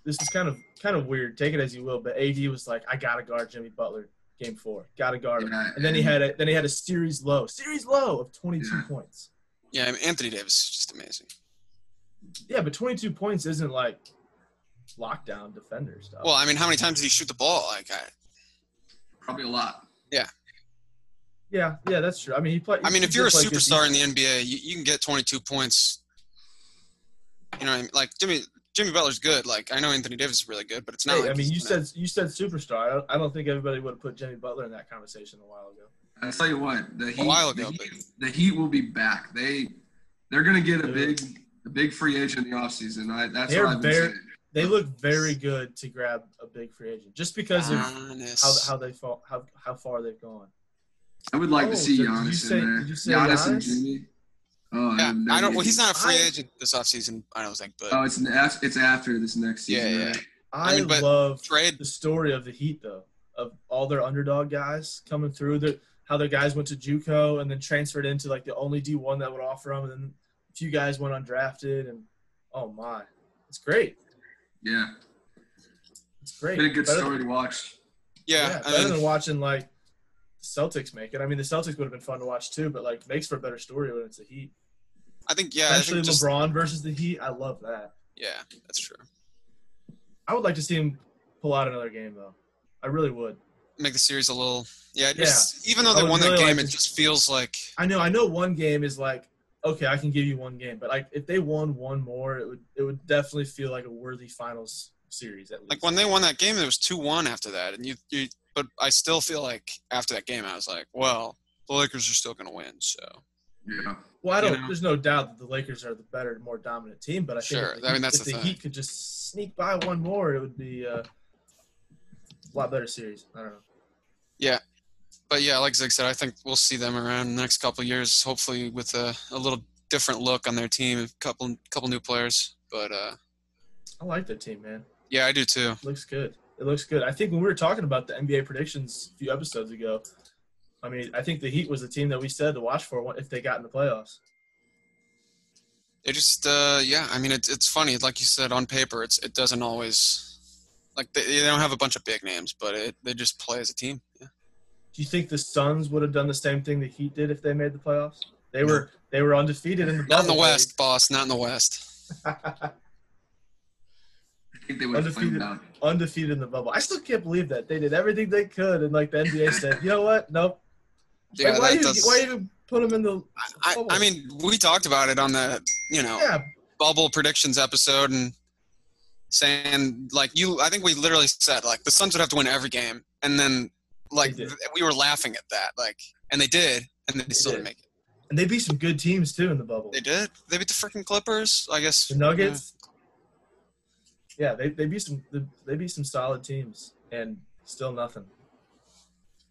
Speaker 1: this is kind of kind of weird. Take it as you will, but AD was like, "I gotta guard Jimmy Butler, game four. Gotta guard him."
Speaker 4: Yeah,
Speaker 1: And then he had a then he had a series low, series low of 22
Speaker 4: Yeah.
Speaker 1: points.
Speaker 2: Yeah, I mean, Anthony Davis is just amazing.
Speaker 1: Yeah, but 22 points isn't like lockdown defender stuff.
Speaker 2: Well, I mean, how many times did he shoot the ball? Like, I,
Speaker 4: probably a lot.
Speaker 1: yeah, yeah, that's true. I mean, he played.
Speaker 2: I mean,
Speaker 1: he
Speaker 2: if you're a
Speaker 1: did play good
Speaker 2: superstar in the NBA, you, you can get 22 points. You know, what I mean? like Jimmy Jimmy Butler's good. Like, I know Anthony Davis is really good, but it's not.
Speaker 1: defense. Hey,
Speaker 2: like
Speaker 1: I mean,
Speaker 2: he's
Speaker 1: you
Speaker 2: gonna-
Speaker 1: said you said superstar. I don't, I don't think everybody would have put Jimmy Butler in that conversation a while ago.
Speaker 4: I tell you what, the Heat,
Speaker 2: while ago,
Speaker 4: the, heat the Heat will be back. They they're gonna get a big a big free agent in the offseason. I, that's
Speaker 1: They're
Speaker 4: what I've been
Speaker 1: very-
Speaker 4: saying.
Speaker 1: They look very good to grab a big free agent just because of
Speaker 2: Giannis.
Speaker 1: how how they fall, how how far they've gone.
Speaker 4: I would like
Speaker 1: Oh,
Speaker 4: to see
Speaker 1: did- did
Speaker 4: Giannis
Speaker 1: you say-
Speaker 4: in there.
Speaker 1: did you say
Speaker 4: and
Speaker 1: Giannis?
Speaker 4: Jimmy. Oh,
Speaker 2: Yeah,
Speaker 4: and
Speaker 2: I don't. Well,
Speaker 4: Nurkic.
Speaker 2: he's not a free
Speaker 1: I-
Speaker 2: agent this offseason. I don't think, but
Speaker 4: Oh, it's an, af- it's after this next
Speaker 2: Yeah,
Speaker 4: season.
Speaker 2: yeah.
Speaker 4: right?
Speaker 1: I,
Speaker 2: mean, but
Speaker 1: love
Speaker 2: trade.
Speaker 1: the story of the Heat though, of all their underdog guys coming through. Their, how their guys went to JUCO and then transferred into like the only D one that would offer them, and then a few guys went undrafted. And oh my, it's great.
Speaker 4: yeah.
Speaker 1: It's great.
Speaker 4: Been a good
Speaker 1: Better-
Speaker 4: story to watch.
Speaker 2: Yeah, I
Speaker 1: better
Speaker 2: mean,
Speaker 1: than watching like Celtics make it. I mean, the Celtics would have been fun to watch too, but like makes for a better story when it's the Heat.
Speaker 2: I think yeah, I
Speaker 1: Especially
Speaker 2: think just,
Speaker 1: LeBron versus the Heat. I love that.
Speaker 2: yeah, that's true.
Speaker 1: I would like to see him pull out another game though. I really would.
Speaker 2: Make the series a little yeah. Just, Even though
Speaker 1: I
Speaker 2: they
Speaker 1: would
Speaker 2: won that
Speaker 1: really
Speaker 2: game,
Speaker 1: like
Speaker 2: it
Speaker 1: to-
Speaker 2: just feels like
Speaker 1: I know. I know one game is like okay, I can give you one game, but like if they won one more, it would it would definitely feel like a worthy finals series at least.
Speaker 2: like when they won that game, it was two one after that, and you you. But I still feel like after that game, I was like, well, the Lakers are still gonna win. So
Speaker 4: Yeah.
Speaker 1: well, I don't.
Speaker 2: you know-
Speaker 1: there's no doubt that the Lakers are the better, more dominant team, but I think
Speaker 2: Sure,
Speaker 1: if the,
Speaker 2: I mean,
Speaker 1: Heat-
Speaker 2: that's
Speaker 1: if
Speaker 2: the
Speaker 1: the
Speaker 2: thing.
Speaker 1: Heat could just sneak by one more, it would be uh, a lot better series. I don't know.
Speaker 2: but yeah, like Zig said, I think we'll see them around the next couple of years, hopefully with a, a little different look on their team, a couple couple new players. But uh,
Speaker 1: I like their team, man.
Speaker 2: yeah, I do too.
Speaker 1: looks good. It looks good. I think when we were talking about the NBA predictions a few episodes ago, I mean, I think the Heat was the team that we said to watch for if they got in the playoffs.
Speaker 2: They just, uh, yeah. I mean, it's it's funny. Like you said, on paper, it's it doesn't always like they, they don't have a bunch of big names, but it, they just play as a team. Yeah.
Speaker 1: Do you think the Suns would have done the same thing the Heat did if they made the playoffs? They were they were undefeated in the
Speaker 2: Not in the
Speaker 1: bubble,
Speaker 2: West, boss. Not in the West.
Speaker 1: baby.
Speaker 4: I think they would have
Speaker 1: Undefeated.
Speaker 4: flamed out.
Speaker 1: undefeated in the bubble. I still can't believe that they did everything they could, and like the NBA said, you know what? Nope.
Speaker 2: Yeah,
Speaker 1: like, why
Speaker 2: that
Speaker 1: you Oh.
Speaker 2: does.
Speaker 1: why even put them in the?
Speaker 2: I, I mean, we talked about it on the you know
Speaker 1: yeah,
Speaker 2: bubble predictions episode and saying like you i think we literally said like the suns would have to win every game and then like
Speaker 1: They did.
Speaker 2: th- we were laughing at that like and they did and then they, still
Speaker 1: did.
Speaker 2: didn't make it
Speaker 1: And they beat some good teams too in the bubble.
Speaker 2: They did. They beat the freaking Clippers. I guess
Speaker 1: The Nuggets. Yeah, they, they beat some they beat some solid teams and still nothing.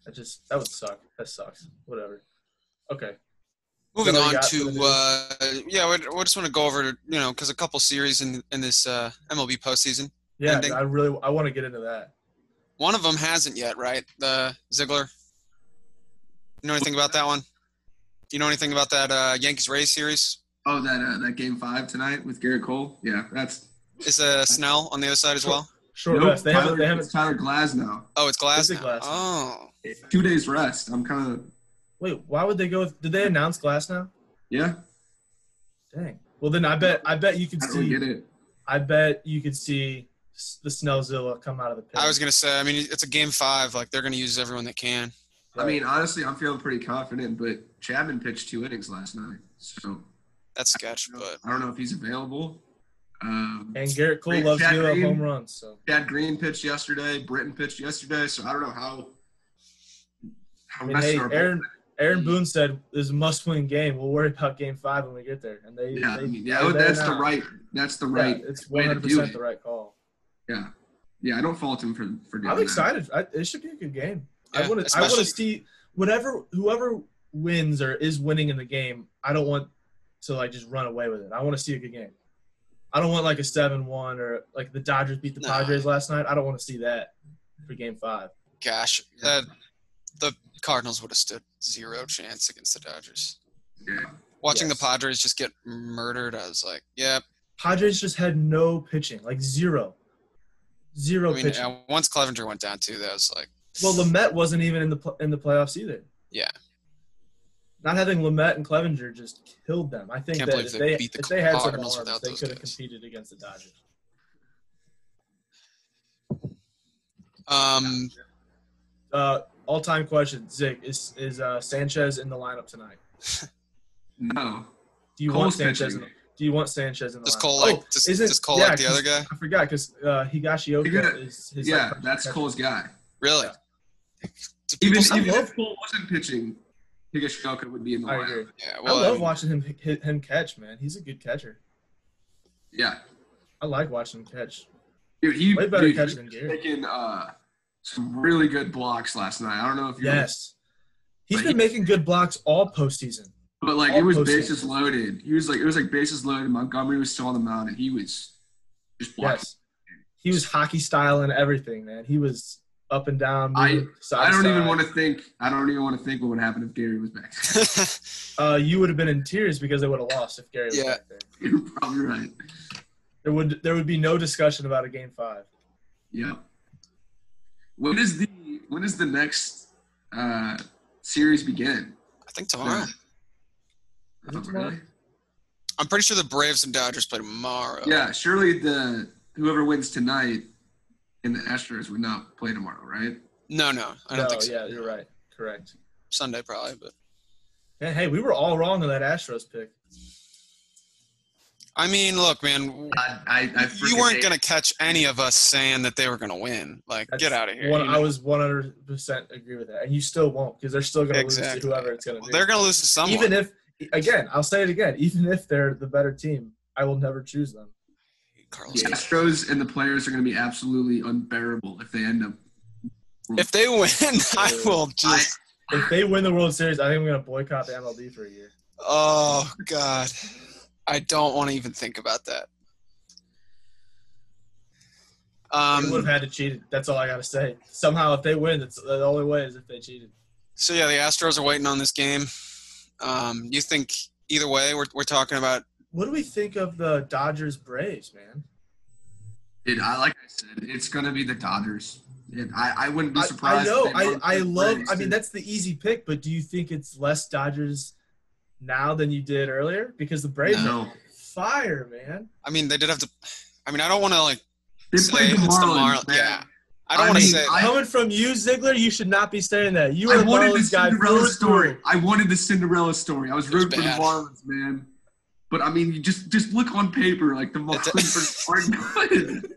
Speaker 1: That just that would suck. That sucks. Whatever. Okay.
Speaker 2: Moving
Speaker 1: What do
Speaker 2: on
Speaker 1: we got for the
Speaker 2: to
Speaker 1: news?
Speaker 2: uh, yeah, we we just want to go over you know because a couple series in in this uh, MLB postseason.
Speaker 1: Yeah,
Speaker 2: Ending.
Speaker 1: I really I want to get into that.
Speaker 2: One of them hasn't yet, right? The Ziggler. You know anything about that one? You know anything about that uh, Yankees Rays series?
Speaker 4: Oh, that uh, that game five tonight with Garrett Cole. Yeah, that's
Speaker 2: Is uh, Snell on the other side as well?
Speaker 1: Short
Speaker 4: Nope,
Speaker 1: rest. They haven't. They
Speaker 4: Tyler,
Speaker 1: haven't.
Speaker 4: it's Tyler Glasnow.
Speaker 2: Oh, it's Glass.
Speaker 1: Is it
Speaker 2: now.
Speaker 1: Glass now?
Speaker 2: Oh,
Speaker 4: Two days rest. I'm kind of
Speaker 1: Wait, why would they go? With, did they announce Glass now?
Speaker 4: yeah.
Speaker 1: Dang. Well, then I bet I bet you could
Speaker 4: I don't really
Speaker 1: see
Speaker 4: get it.
Speaker 1: I bet you could see s- the Snellzilla come out of the pit.
Speaker 2: I was gonna say. I mean, it's a game five. Like they're gonna use everyone that can.
Speaker 4: I mean, honestly, I'm feeling pretty confident. But Chapman pitched two innings last night, so
Speaker 2: That's sketch, but
Speaker 4: I don't know if he's available. Um,
Speaker 1: and Garrett Cole
Speaker 4: Wait,
Speaker 1: loves
Speaker 4: Chad
Speaker 1: Villa
Speaker 4: Green?
Speaker 1: home runs. So
Speaker 4: Chad Green pitched yesterday. Britton pitched yesterday. So I don't know how. How
Speaker 1: I mean,
Speaker 4: rested
Speaker 1: hey,
Speaker 4: our bullpen-
Speaker 1: Aaron Aaron Boone said this is a must-win game. We'll worry about Game Five when we get there. And uh, they,
Speaker 4: Yeah, I
Speaker 1: they-
Speaker 4: mean, yeah,
Speaker 1: they
Speaker 4: oh,
Speaker 1: better
Speaker 4: that's the
Speaker 1: not.
Speaker 4: right. That's the
Speaker 1: Yeah,
Speaker 4: right.
Speaker 1: it's
Speaker 4: way to do
Speaker 1: 100 percent
Speaker 4: it.
Speaker 1: the right call.
Speaker 4: Yeah, yeah. I don't fault him for for doing
Speaker 1: I'm
Speaker 4: that.
Speaker 1: excited. I, it should be a good game. I
Speaker 2: Yeah,
Speaker 1: want to. I want to
Speaker 2: especially-
Speaker 1: see whatever whoever wins or is winning in the game. I don't want to like just run away with it. I want to see a good game. I don't want like a seven-one or like the Dodgers beat the
Speaker 2: Nah.
Speaker 1: Padres last night. I don't want to see that for Game Five.
Speaker 2: gosh, uh, the Cardinals would have stood zero chance against the Dodgers.
Speaker 4: Yeah.
Speaker 2: Watching
Speaker 1: Yes.
Speaker 2: the Padres just get murdered, I was like, yeah.
Speaker 1: Padres just had no pitching, like zero, zero
Speaker 2: I mean,
Speaker 1: pitching.
Speaker 2: uh, once Clevenger went down too, that was like,
Speaker 1: well, Lamet wasn't even in the pl- in the playoffs either.
Speaker 2: Yeah.
Speaker 1: Not having Lamet and Clevenger just killed them. I think
Speaker 2: Can't
Speaker 1: that
Speaker 2: believe
Speaker 1: if
Speaker 2: they
Speaker 1: they,
Speaker 2: beat the
Speaker 1: if they had some
Speaker 2: Cardinals
Speaker 1: arms,
Speaker 2: without
Speaker 1: they
Speaker 2: those
Speaker 1: could have
Speaker 2: guys.
Speaker 1: competed against the Dodgers.
Speaker 2: um,
Speaker 1: Uh, all-time question, Zig, is is uh, Sanchez in the lineup tonight?
Speaker 4: No.
Speaker 1: Do you want
Speaker 4: Cole's
Speaker 1: Sanchez? In
Speaker 4: pitching.
Speaker 1: the, do you want Sanchez in the
Speaker 2: does
Speaker 1: lineup?
Speaker 2: Cole like
Speaker 1: Oh,
Speaker 2: does,
Speaker 1: isn't-
Speaker 2: does Cole
Speaker 1: yeah,
Speaker 2: like the other
Speaker 1: 'cause
Speaker 2: guy?
Speaker 1: I forgot because uh, Higashioka
Speaker 4: You're gonna-
Speaker 1: is his
Speaker 4: yeah,
Speaker 1: like,
Speaker 4: that's Cole's guy.
Speaker 2: Really?
Speaker 1: Yeah.
Speaker 2: Do people
Speaker 4: Even,
Speaker 2: still-
Speaker 4: even if Cole wasn't pitching, Higashioka would be in the
Speaker 1: I agree.
Speaker 4: lineup.
Speaker 2: yeah,
Speaker 1: I
Speaker 2: well,
Speaker 1: love watching him hit him catch, man. He's a good catcher.
Speaker 4: Yeah.
Speaker 1: I like watching him catch.
Speaker 4: Dude, he,
Speaker 1: Way better
Speaker 4: dude,
Speaker 1: catch
Speaker 4: he
Speaker 1: than
Speaker 4: was
Speaker 1: Garrett.
Speaker 4: making uh, some really good blocks last night. I don't know if you
Speaker 1: Yes. He's
Speaker 4: But
Speaker 1: been
Speaker 4: he-
Speaker 1: making good blocks all postseason.
Speaker 4: but like
Speaker 1: All
Speaker 4: it was
Speaker 1: postseason.
Speaker 4: bases loaded. He was like it was like bases loaded. Montgomery was still on the mound, and he was just blocking.
Speaker 1: Yes. He was hockey style and everything, man. He was up and down.
Speaker 4: I-
Speaker 1: moving side
Speaker 4: I don't even
Speaker 1: side.
Speaker 4: want to think. I don't even want to think what would happen if Gary was back.
Speaker 1: Uh, you would have been in tears because they would have lost if Gary was
Speaker 2: Yeah.
Speaker 1: back there.
Speaker 4: You're probably right.
Speaker 1: There would there would be no discussion about a game five.
Speaker 4: Yeah. When is the when is the next uh, series begin?
Speaker 2: I think tomorrow.
Speaker 1: Is it
Speaker 4: Oh,
Speaker 1: tomorrow?
Speaker 4: really?
Speaker 2: I'm pretty sure the Braves and Dodgers play tomorrow.
Speaker 4: Yeah, surely the whoever wins tonight and the Astros would not play tomorrow, right?
Speaker 2: No, no, I don't
Speaker 1: no,
Speaker 2: think so.
Speaker 1: yeah, you're right. Correct.
Speaker 2: Sunday probably, but
Speaker 1: And hey, we were all wrong on that Astros pick.
Speaker 2: I mean, look, man,
Speaker 4: I, I, I
Speaker 2: you weren't gonna catch any of us saying that they were gonna win. Like,
Speaker 1: That's
Speaker 2: get out of here.
Speaker 1: One,
Speaker 2: you know?
Speaker 1: I was 100 percent agree with that, and you still won't because they're still going to lose to
Speaker 2: Exactly.
Speaker 1: whoever it's going to be.
Speaker 2: They're gonna lose to someone.
Speaker 1: even if again, I'll say it again. Even if they're the better team, I will never choose them.
Speaker 2: Carlos.
Speaker 4: The Astros and the players are going to be absolutely unbearable if they end up.
Speaker 2: If they win, I will
Speaker 4: I,
Speaker 2: just.
Speaker 1: If they win the World Series, I think I'm going to boycott the MLB for a year.
Speaker 2: Oh God, I don't want to even think about that.
Speaker 1: they would have
Speaker 2: Um.
Speaker 1: had to cheat. That's all I got to say. Somehow, if they win, that's the only way is if they cheated.
Speaker 2: So yeah, the Astros are waiting on this game. Um. You think either way? We're we're talking about.
Speaker 1: What do we think of the Dodgers Braves, man?
Speaker 4: dude, I like I said, it's going to be the Dodgers. And I, I wouldn't be
Speaker 1: I,
Speaker 4: surprised.
Speaker 1: I know.
Speaker 4: if they
Speaker 1: I,
Speaker 4: don't
Speaker 1: I
Speaker 4: get
Speaker 1: love.
Speaker 4: Braves,
Speaker 1: I
Speaker 4: dude.
Speaker 1: mean, that's the easy pick. But do you think it's less Dodgers now than you did earlier? Because the Braves are
Speaker 4: no.
Speaker 1: fire, man.
Speaker 2: I mean, they did have to. I mean, I don't want to like.
Speaker 4: They
Speaker 2: say
Speaker 4: played the
Speaker 2: it's the
Speaker 4: Marlins.
Speaker 2: Marlins, yeah.
Speaker 4: man.
Speaker 2: I don't
Speaker 4: I
Speaker 2: want to
Speaker 4: mean,
Speaker 2: say.
Speaker 4: I-
Speaker 1: Coming from you, Ziggler, you should not be saying that. You are
Speaker 4: I
Speaker 1: a
Speaker 4: wanted the
Speaker 1: Marlins guy. through
Speaker 4: Cinderella
Speaker 1: and
Speaker 4: story.
Speaker 1: through.
Speaker 4: I wanted the Cinderella story. I was
Speaker 2: It was
Speaker 4: rooting for the
Speaker 2: bad.
Speaker 4: Marlins, man. But I mean, you just just look on paper, like the
Speaker 2: It's a-
Speaker 4: Marlins are good.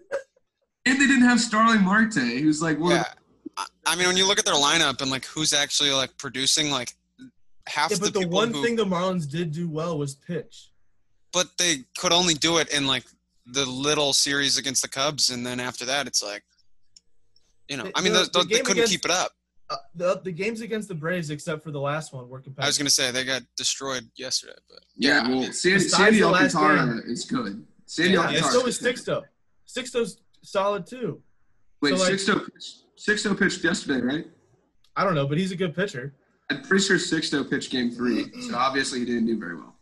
Speaker 4: And they didn't have Starling Marte, who's like one
Speaker 2: yeah.
Speaker 4: of
Speaker 2: I- I mean, when you look at their lineup and like who's actually like producing, like half
Speaker 1: Yeah,
Speaker 2: the
Speaker 1: but the
Speaker 2: people
Speaker 1: one
Speaker 2: who,
Speaker 1: thing the Marlins did do well was pitch.
Speaker 2: but they could only do it in like the little series against the Cubs, and then after that, it's like, you know,
Speaker 1: The-
Speaker 2: I mean,
Speaker 1: the-
Speaker 2: those,
Speaker 1: the
Speaker 2: those- they
Speaker 1: game
Speaker 2: couldn't
Speaker 1: against-
Speaker 2: keep it up.
Speaker 1: Uh, the the games against the Braves, except for the last one, were competitive.
Speaker 2: I was gonna say they got destroyed yesterday, but
Speaker 4: Yeah,
Speaker 2: I
Speaker 4: well,
Speaker 2: mean,
Speaker 4: Sandy,
Speaker 1: besides
Speaker 4: Sandy
Speaker 1: the last
Speaker 4: Alcantara is good. Sandy
Speaker 2: Yeah,
Speaker 1: yeah, and
Speaker 4: Alcantara.
Speaker 1: so was
Speaker 4: good.
Speaker 1: Sixto. Sixto's solid too.
Speaker 4: Wait,
Speaker 1: so, like-
Speaker 4: Sixto, pitched, Sixto pitched yesterday, right?
Speaker 1: I don't know, but he's a good pitcher.
Speaker 4: I'm pretty sure Sixto pitched game three,
Speaker 1: Mm-hmm.
Speaker 4: so obviously he didn't do very well.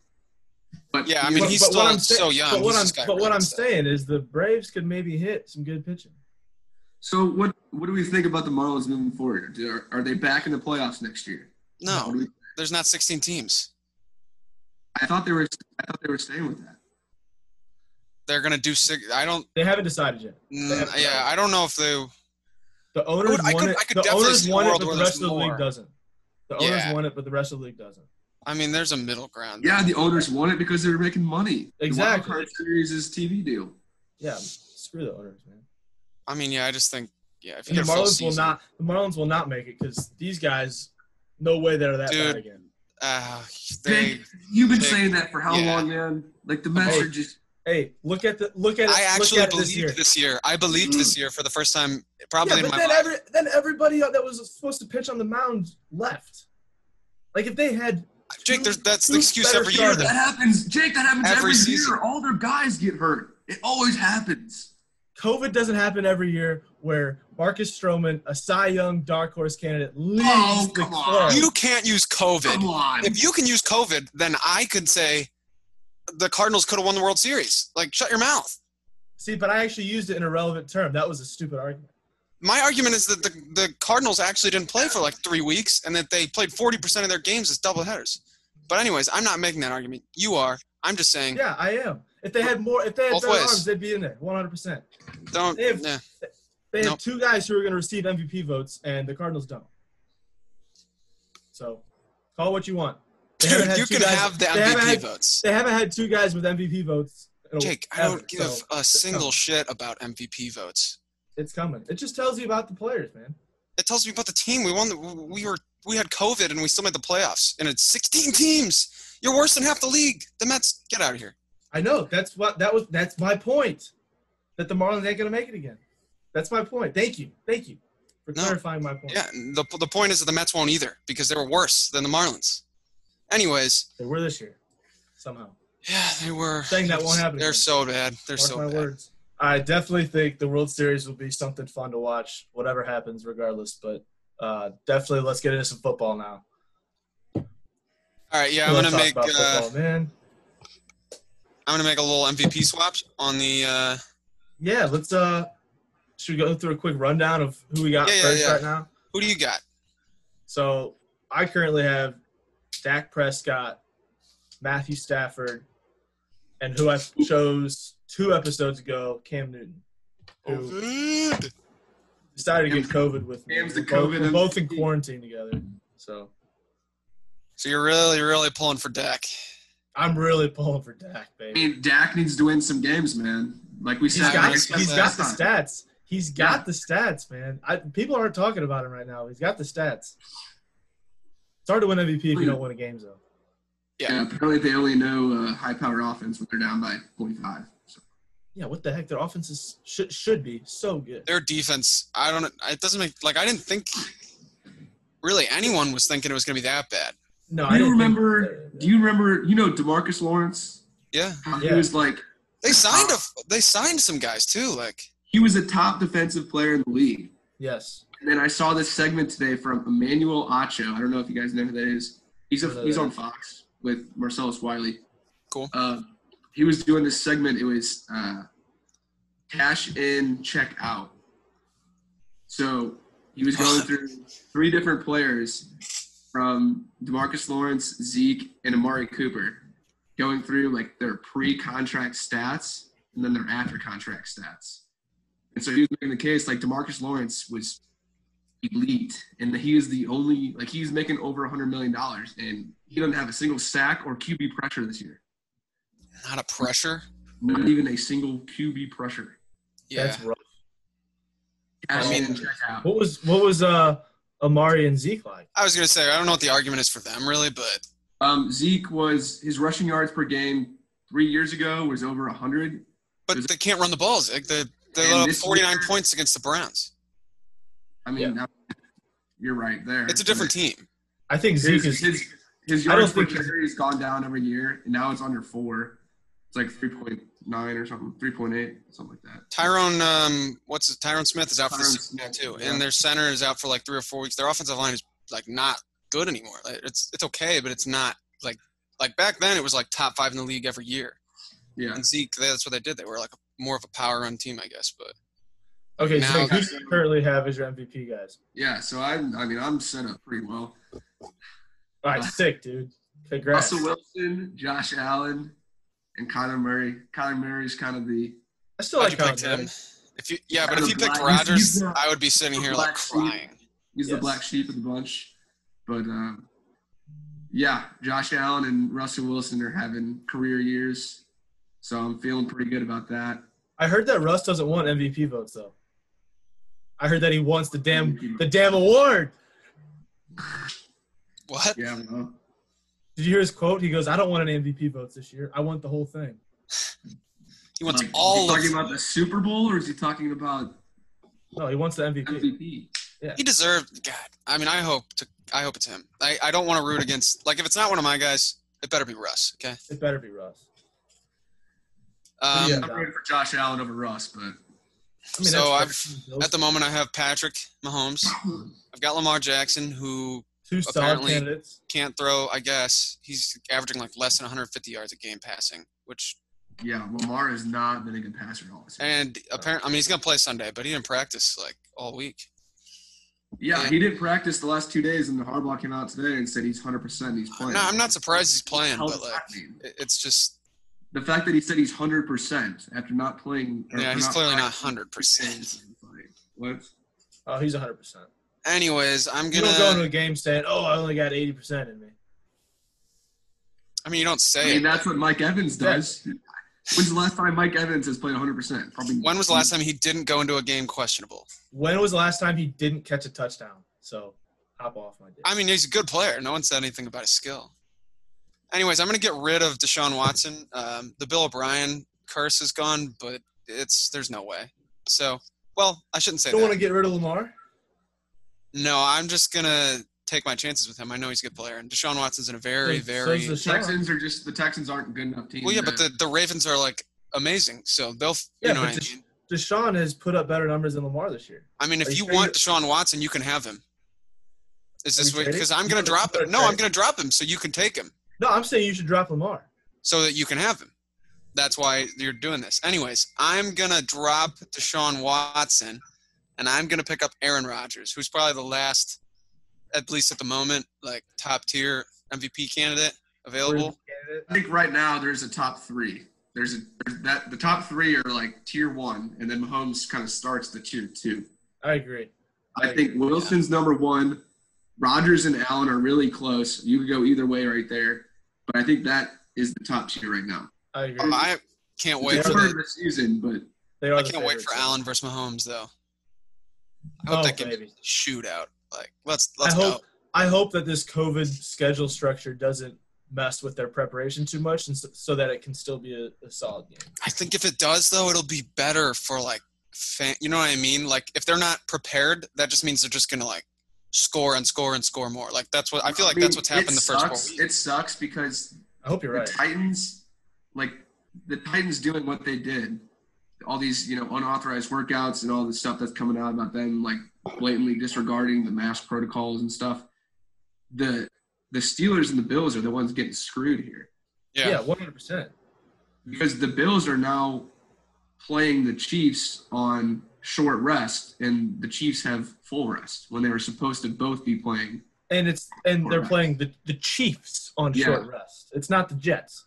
Speaker 4: But
Speaker 2: yeah, I
Speaker 4: he
Speaker 2: mean,
Speaker 1: But-
Speaker 4: was-
Speaker 2: he's
Speaker 1: but
Speaker 2: still
Speaker 1: what I'm
Speaker 2: so
Speaker 1: saying-
Speaker 2: young.
Speaker 1: But what
Speaker 2: He's
Speaker 1: I'm,
Speaker 2: just got
Speaker 1: but what
Speaker 2: really
Speaker 1: I'm
Speaker 2: stuff.
Speaker 1: saying is the Braves could maybe hit some good pitching.
Speaker 4: so what? What do we think about the Marlins moving forward? Do- Are, are they back in the playoffs next year? What
Speaker 2: no,
Speaker 4: do we-
Speaker 2: there's not 16 teams.
Speaker 4: I thought they were. I thought they were staying with that.
Speaker 2: They're gonna do six. I don't.
Speaker 1: They haven't decided yet.
Speaker 2: Mm,
Speaker 1: have to.
Speaker 2: yeah, I don't know if they.
Speaker 1: The owners
Speaker 2: I
Speaker 1: won
Speaker 2: could-
Speaker 1: it.
Speaker 2: I could
Speaker 1: the
Speaker 2: definitely
Speaker 1: owners
Speaker 2: see a
Speaker 1: won it,
Speaker 2: world
Speaker 1: but
Speaker 2: where
Speaker 1: the
Speaker 2: there's
Speaker 1: rest of the
Speaker 2: more.
Speaker 1: league doesn't. The owners
Speaker 2: Yeah.
Speaker 1: won it, but the rest of the league doesn't.
Speaker 2: I mean, there's a middle ground.
Speaker 4: Yeah, the owners won it because they were making money.
Speaker 1: Exactly.
Speaker 4: The wild card series is TV deal.
Speaker 1: Yeah, screw the owners, man.
Speaker 2: I mean, yeah, I just think yeah, if you
Speaker 1: And the
Speaker 2: get a full
Speaker 1: Marlins will
Speaker 2: season,
Speaker 1: not. The Marlins will not make it because these guys, no way they're that
Speaker 2: Dude,
Speaker 1: bad again.
Speaker 2: uh, they.
Speaker 4: Pig, you've been
Speaker 2: they-
Speaker 4: saying that for how
Speaker 2: yeah.
Speaker 4: long, man? Like the Mets
Speaker 1: Hey.
Speaker 4: are just.
Speaker 1: Hey, look at the look at it.
Speaker 2: I
Speaker 1: look
Speaker 2: actually
Speaker 1: at it this year. Mm-hmm.
Speaker 2: believed this year. I believed this year for the first time, probably
Speaker 1: yeah,
Speaker 2: in
Speaker 1: but
Speaker 2: my
Speaker 1: then
Speaker 2: life.
Speaker 1: every, then everybody that was supposed to pitch on the mound left. Like if they had
Speaker 2: Jake, there's, that's the
Speaker 1: two
Speaker 2: excuse
Speaker 1: better
Speaker 2: every year.
Speaker 1: starters.
Speaker 2: Though.
Speaker 4: That happens, Jake. That happens
Speaker 2: Every
Speaker 4: every,
Speaker 2: season.
Speaker 4: year. All their guys get hurt. It always happens.
Speaker 1: COVID doesn't happen every year where Marcus Stroman, a Cy Young dark horse candidate, leaves
Speaker 4: Oh,
Speaker 1: the
Speaker 4: come on.
Speaker 1: club.
Speaker 2: You can't use
Speaker 4: Come
Speaker 2: COVID.
Speaker 4: on.
Speaker 2: If you can use COVID, then I could say the Cardinals could have won the World Series. Like, shut your mouth.
Speaker 1: See, but I actually used it in a relevant term. That was a stupid argument.
Speaker 2: My argument is that the, the Cardinals actually didn't play for like three weeks and that they played 40% of their games as doubleheaders. But, anyways, I'm not making that argument. You are. I'm just saying,
Speaker 1: Yeah, I am. If they had more, if they had
Speaker 2: Mm. Both
Speaker 1: better
Speaker 2: ways.
Speaker 1: arms, they'd be in there, 100. percent
Speaker 2: don't.
Speaker 1: They have-
Speaker 2: nah.
Speaker 1: They had
Speaker 2: Nope.
Speaker 1: two guys who were going to receive MVP votes, and the Cardinals don't. So, call what you want. They haven't
Speaker 2: Dude,
Speaker 1: had
Speaker 2: you
Speaker 1: two
Speaker 2: can
Speaker 1: guys-
Speaker 2: have the
Speaker 1: they haven't
Speaker 2: MVP
Speaker 1: had-
Speaker 2: votes.
Speaker 1: They haven't had two guys with MVP votes. in a-
Speaker 2: Jake, I
Speaker 1: ever,
Speaker 2: don't give
Speaker 1: so
Speaker 2: a single shit about MVP votes.
Speaker 1: It's coming. It just tells you about the players, man.
Speaker 2: It tells me about the team. We won. The, we were we had COVID and we still made the playoffs. And it's 16 teams. You're worse than half the league. The Mets, get out of here.
Speaker 1: I know. That's what that was. That's my point. That the Marlins ain't gonna make it again. That's my point. Thank you. Thank you for
Speaker 2: No.
Speaker 1: clarifying my point.
Speaker 2: Yeah. and The the point is that the Mets won't either because they were worse than the Marlins. Anyways,
Speaker 1: They were this year, somehow.
Speaker 2: yeah, they were.
Speaker 1: Saying that won't happen
Speaker 2: They're
Speaker 1: again.
Speaker 2: so bad. They're
Speaker 1: Mark
Speaker 2: so
Speaker 1: my
Speaker 2: bad.
Speaker 1: words. I definitely think the World Series will be something fun to watch, whatever happens, regardless. But uh, definitely, let's get into some football now.
Speaker 2: All right. Yeah, I'm
Speaker 1: Let's
Speaker 2: gonna
Speaker 1: talk
Speaker 2: make
Speaker 1: about
Speaker 2: uh,
Speaker 1: football, man.
Speaker 2: I'm gonna make a little MVP swap on the. Uh,
Speaker 1: Yeah, let's. Uh, should we go through a quick rundown of who we got
Speaker 2: Yeah, yeah,
Speaker 1: first
Speaker 2: yeah.
Speaker 1: right now?
Speaker 2: who do you got?
Speaker 1: So I currently have Dak Prescott, Matthew Stafford, and who I chose two episodes ago, Cam Newton,
Speaker 2: Oh,
Speaker 1: who
Speaker 2: Dude.
Speaker 1: decided to get COVID with me.
Speaker 4: Cam's the
Speaker 1: We're both,
Speaker 4: COVID
Speaker 1: we're both in
Speaker 4: MVP.
Speaker 1: quarantine together, so
Speaker 2: So you're really, really pulling for Dak.
Speaker 1: I'm really pulling for Dak,
Speaker 4: I
Speaker 1: baby.
Speaker 4: mean, Dak needs to win some games, man. Like we
Speaker 1: He's
Speaker 4: said,
Speaker 1: got,
Speaker 2: I respect
Speaker 1: he's
Speaker 2: that.
Speaker 1: got the
Speaker 4: time.
Speaker 1: stats. He's got the stats, man. I, people aren't talking about him right now. He's got the stats. It's hard to win MVP if you don't win a game, though.
Speaker 4: Yeah, apparently they only know uh, high-powered offense when they're down by 45. So,
Speaker 1: Yeah, what the heck? Their offense is, should, should be so good.
Speaker 2: their defense i don't it doesn't make like i didn't think really anyone was thinking it was going to be that bad
Speaker 1: No, I
Speaker 4: do you
Speaker 1: didn't think-
Speaker 4: remember? Do you remember? You know Demarcus Lawrence?
Speaker 2: yeah
Speaker 4: How He
Speaker 1: Yeah.
Speaker 4: was like
Speaker 2: they signed a they signed some guys too like
Speaker 4: he was a top defensive player in the league.
Speaker 1: Yes.
Speaker 4: And then I saw this segment today from Emmanuel Acho. I don't know if you guys know who that is. He's a,
Speaker 1: Who that
Speaker 4: he's on
Speaker 1: is?
Speaker 4: Fox with Marcellus Wiley.
Speaker 2: Cool.
Speaker 4: Uh, he was doing this segment. It was uh, cash in, check out. So he was going through three different players from Demarcus Lawrence, Zeke, and Amari Cooper, going through like their pre-contract stats and then their after-contract stats. And so he was making the case like Demarcus Lawrence was elite, and he is the only like he's making over a hundred million dollars, and he doesn't have a single sack or QB pressure this year.
Speaker 2: not a pressure
Speaker 4: Not
Speaker 2: Hmm.
Speaker 4: even a single QB pressure.
Speaker 2: yeah
Speaker 1: That's rough.
Speaker 4: Cash
Speaker 2: I
Speaker 4: in,
Speaker 2: mean-
Speaker 4: check out.
Speaker 1: What was what was uh Amari and Zeke like?
Speaker 2: I was gonna say I don't know what the argument is for them really, but
Speaker 4: Um, Zeke was his rushing yards per game three years ago was over 100.
Speaker 2: but they can't run the balls. Like they they
Speaker 4: And
Speaker 2: let up
Speaker 4: this
Speaker 2: 49
Speaker 4: year-
Speaker 2: points against the Browns.
Speaker 4: I mean, that- you're right there.
Speaker 2: It's a different team.
Speaker 1: I think Zeke is.
Speaker 4: His, his, his
Speaker 1: I don't
Speaker 4: yards per
Speaker 1: think-
Speaker 4: carry has gone down every year, and now it's under four. It's like 3.9 or something, 3.8, something like that.
Speaker 2: Tyrone, um, what's his, Tyrone Smith is out for the
Speaker 4: Tyron
Speaker 2: season now too,
Speaker 4: yeah.
Speaker 2: and their center is out for like three or four weeks. Their offensive line is like not good anymore. Like, it's it's okay, but it's not like like back then it was like top five in the league every year.
Speaker 4: Yeah.
Speaker 2: And Zeke, that's what they did. They were like more of a power run team, I guess. But
Speaker 1: Okay, so
Speaker 2: now-
Speaker 1: who do you currently have as your MVP, guys?
Speaker 4: Yeah, so I, I mean, I'm set up pretty well.
Speaker 1: All
Speaker 2: Uh-huh.
Speaker 1: right,
Speaker 4: Uh,
Speaker 1: sick, dude. Congrats.
Speaker 4: Russell Wilson, Josh Allen, and Kyler Murray. Kyler Murray's kind of the
Speaker 1: I still
Speaker 2: How'd
Speaker 1: like
Speaker 2: you pick
Speaker 1: Kyler Murray.
Speaker 2: him? If you yeah, but
Speaker 4: Kind
Speaker 2: if
Speaker 4: of
Speaker 2: you picked
Speaker 4: black- he's-
Speaker 2: Rodgers,
Speaker 4: he's not-
Speaker 2: I would be sitting here like
Speaker 4: black sheep.
Speaker 2: crying.
Speaker 4: he's the
Speaker 1: Yes.
Speaker 4: black sheep of the bunch. But uh, yeah, Josh Allen and Russell Wilson are having career years, so I'm feeling pretty good about that.
Speaker 1: I heard that Russ doesn't want MVP votes though. I heard that he wants the damn the damn award.
Speaker 2: What?
Speaker 4: Yeah, well,
Speaker 1: Did you hear his quote? He goes, "I don't want any MVP votes this year. I want the whole thing."
Speaker 2: He wants
Speaker 4: like, is he
Speaker 2: all of.
Speaker 4: talking about the Super Bowl, or is he talking about
Speaker 1: No, he wants the MVP.
Speaker 4: MVP?
Speaker 2: He deserved. God, I mean, I hope to. I hope it's him. I, I don't want to root against. Like, if it's not one of my guys, it better be Russ. Okay.
Speaker 1: It better be Russ.
Speaker 2: Um,
Speaker 1: Yeah.
Speaker 4: I'm rooting for Josh Allen over Russ, but
Speaker 1: I mean,
Speaker 2: So
Speaker 1: that's-
Speaker 2: At the moment, I have Patrick Mahomes. I've got Lamar Jackson, who
Speaker 1: two solid
Speaker 2: apparently-
Speaker 1: candidates.
Speaker 2: can't throw. I guess he's averaging like less than 150 yards a game passing, which
Speaker 4: yeah, Lamar has not been a good passer at all. this year.
Speaker 2: and apparently, I mean, he's gonna play Sunday, but he didn't practice like all week.
Speaker 4: Yeah, he didn't practice the last two days, and the Harbaugh came out today and said he's 100. percent He's
Speaker 2: No,
Speaker 4: playing.
Speaker 2: I'm not surprised he's playing,
Speaker 4: How
Speaker 2: but
Speaker 4: does
Speaker 2: like,
Speaker 4: that mean?
Speaker 2: it- it's just
Speaker 4: The fact that he said he's 100 percent after not playing. or
Speaker 2: yeah,
Speaker 4: for
Speaker 2: he's clearly not
Speaker 4: practicing
Speaker 2: 100. percent
Speaker 4: Like, What?
Speaker 1: Oh, he's 100. percent
Speaker 2: Anyways, I'm
Speaker 1: You don't go into
Speaker 2: gonna.
Speaker 1: a game saying, "Oh, I only got 80 percent in me."
Speaker 2: I mean, you don't
Speaker 4: I
Speaker 2: say.
Speaker 4: mean,
Speaker 2: it.
Speaker 4: that's what Mike Evans does. When's the last time Mike Evans has played 100%? Probably.
Speaker 2: When was the last time he didn't go into a game questionable?
Speaker 1: When was the last time he didn't catch a touchdown? So hop off my dick.
Speaker 2: I mean, he's a good player. No one said anything about his skill. Anyways, I'm going to get rid of Deshaun Watson. Um, the Bill O'Brien curse is gone, but it's there's no way. So, well, I shouldn't say
Speaker 1: don't want
Speaker 2: that.
Speaker 1: to get rid of Lamar.
Speaker 2: No, I'm just going to take my chances with him. I know he's a good player, and Deshaun Watson's in a
Speaker 1: So-
Speaker 2: very,
Speaker 1: so
Speaker 2: very
Speaker 1: is the
Speaker 4: The
Speaker 1: Sean.
Speaker 4: Texans are just the Texans aren't a good enough team.
Speaker 2: well. Yeah,
Speaker 4: to-
Speaker 2: but the the Ravens are like amazing, so they'll f
Speaker 1: Yeah,
Speaker 2: you know
Speaker 1: but
Speaker 2: what I
Speaker 1: Desha-
Speaker 2: mean.
Speaker 1: Deshaun has put up better numbers than Lamar this year.
Speaker 2: I mean,
Speaker 1: are
Speaker 2: if
Speaker 1: you
Speaker 2: you
Speaker 1: sure
Speaker 2: want Deshaun Watson, you can have him. Is
Speaker 1: Are
Speaker 2: this
Speaker 1: you
Speaker 2: way?
Speaker 1: trading?
Speaker 2: Because I'm
Speaker 1: You
Speaker 2: going
Speaker 1: wanna-
Speaker 2: to drop
Speaker 1: you
Speaker 2: him.
Speaker 1: wanna
Speaker 2: No, I'm
Speaker 1: trade?
Speaker 2: going to drop him so you can take him.
Speaker 1: No, I'm saying you should drop Lamar.
Speaker 2: so that you can have him. That's why you're doing this. Anyways, I'm going to drop Deshaun Watson and I'm going to pick up Aaron Rodgers, who's probably the last, at least at the moment, like top tier MVP candidate available.
Speaker 4: I think right now there's a top three. There's a there's that the top three are like tier one, and then Mahomes kind of starts the tier two.
Speaker 1: I agree.
Speaker 4: I think Wilson's number one. Rodgers and Allen are really close. You could go either way right there, but I think that is the top tier right now.
Speaker 1: I agree.
Speaker 2: Oh, I can't wait
Speaker 4: It's
Speaker 2: for
Speaker 4: early
Speaker 2: the,
Speaker 4: in the season, but
Speaker 1: they are
Speaker 2: I
Speaker 1: the
Speaker 2: can't wait for
Speaker 1: favorites.
Speaker 2: Allen versus Mahomes though. I hope
Speaker 1: Oh,
Speaker 2: that can
Speaker 1: baby.
Speaker 2: shoot out. Like let's let's
Speaker 1: I
Speaker 2: go.
Speaker 1: hope I hope that this COVID schedule structure doesn't mess with their preparation too much, and so, so that it can still be a, a solid game.
Speaker 2: I think if it does though, it'll be better for like fan. You know what I mean? Like if they're not prepared, that just means they're just gonna like score and score and score more. Like that's what I feel like.
Speaker 4: mean,
Speaker 2: that's what's happened
Speaker 4: it
Speaker 2: the first four
Speaker 4: sucks.
Speaker 2: weeks.
Speaker 4: It sucks because
Speaker 1: I hope you're right.
Speaker 4: the Titans, like the Titans doing what they did, all these you know unauthorized workouts and all the stuff that's coming out about them like blatantly disregarding the mask protocols and stuff. The the Steelers and the Bills are the ones getting screwed here
Speaker 2: Yeah.
Speaker 1: Yeah, one hundred percent.
Speaker 4: because the Bills are now playing the Chiefs on short rest and the Chiefs have full rest when they were supposed to both be playing.
Speaker 1: And it's and they're
Speaker 4: Correct.
Speaker 1: playing the, the Chiefs on
Speaker 4: Yeah.
Speaker 1: short rest. It's not the Jets.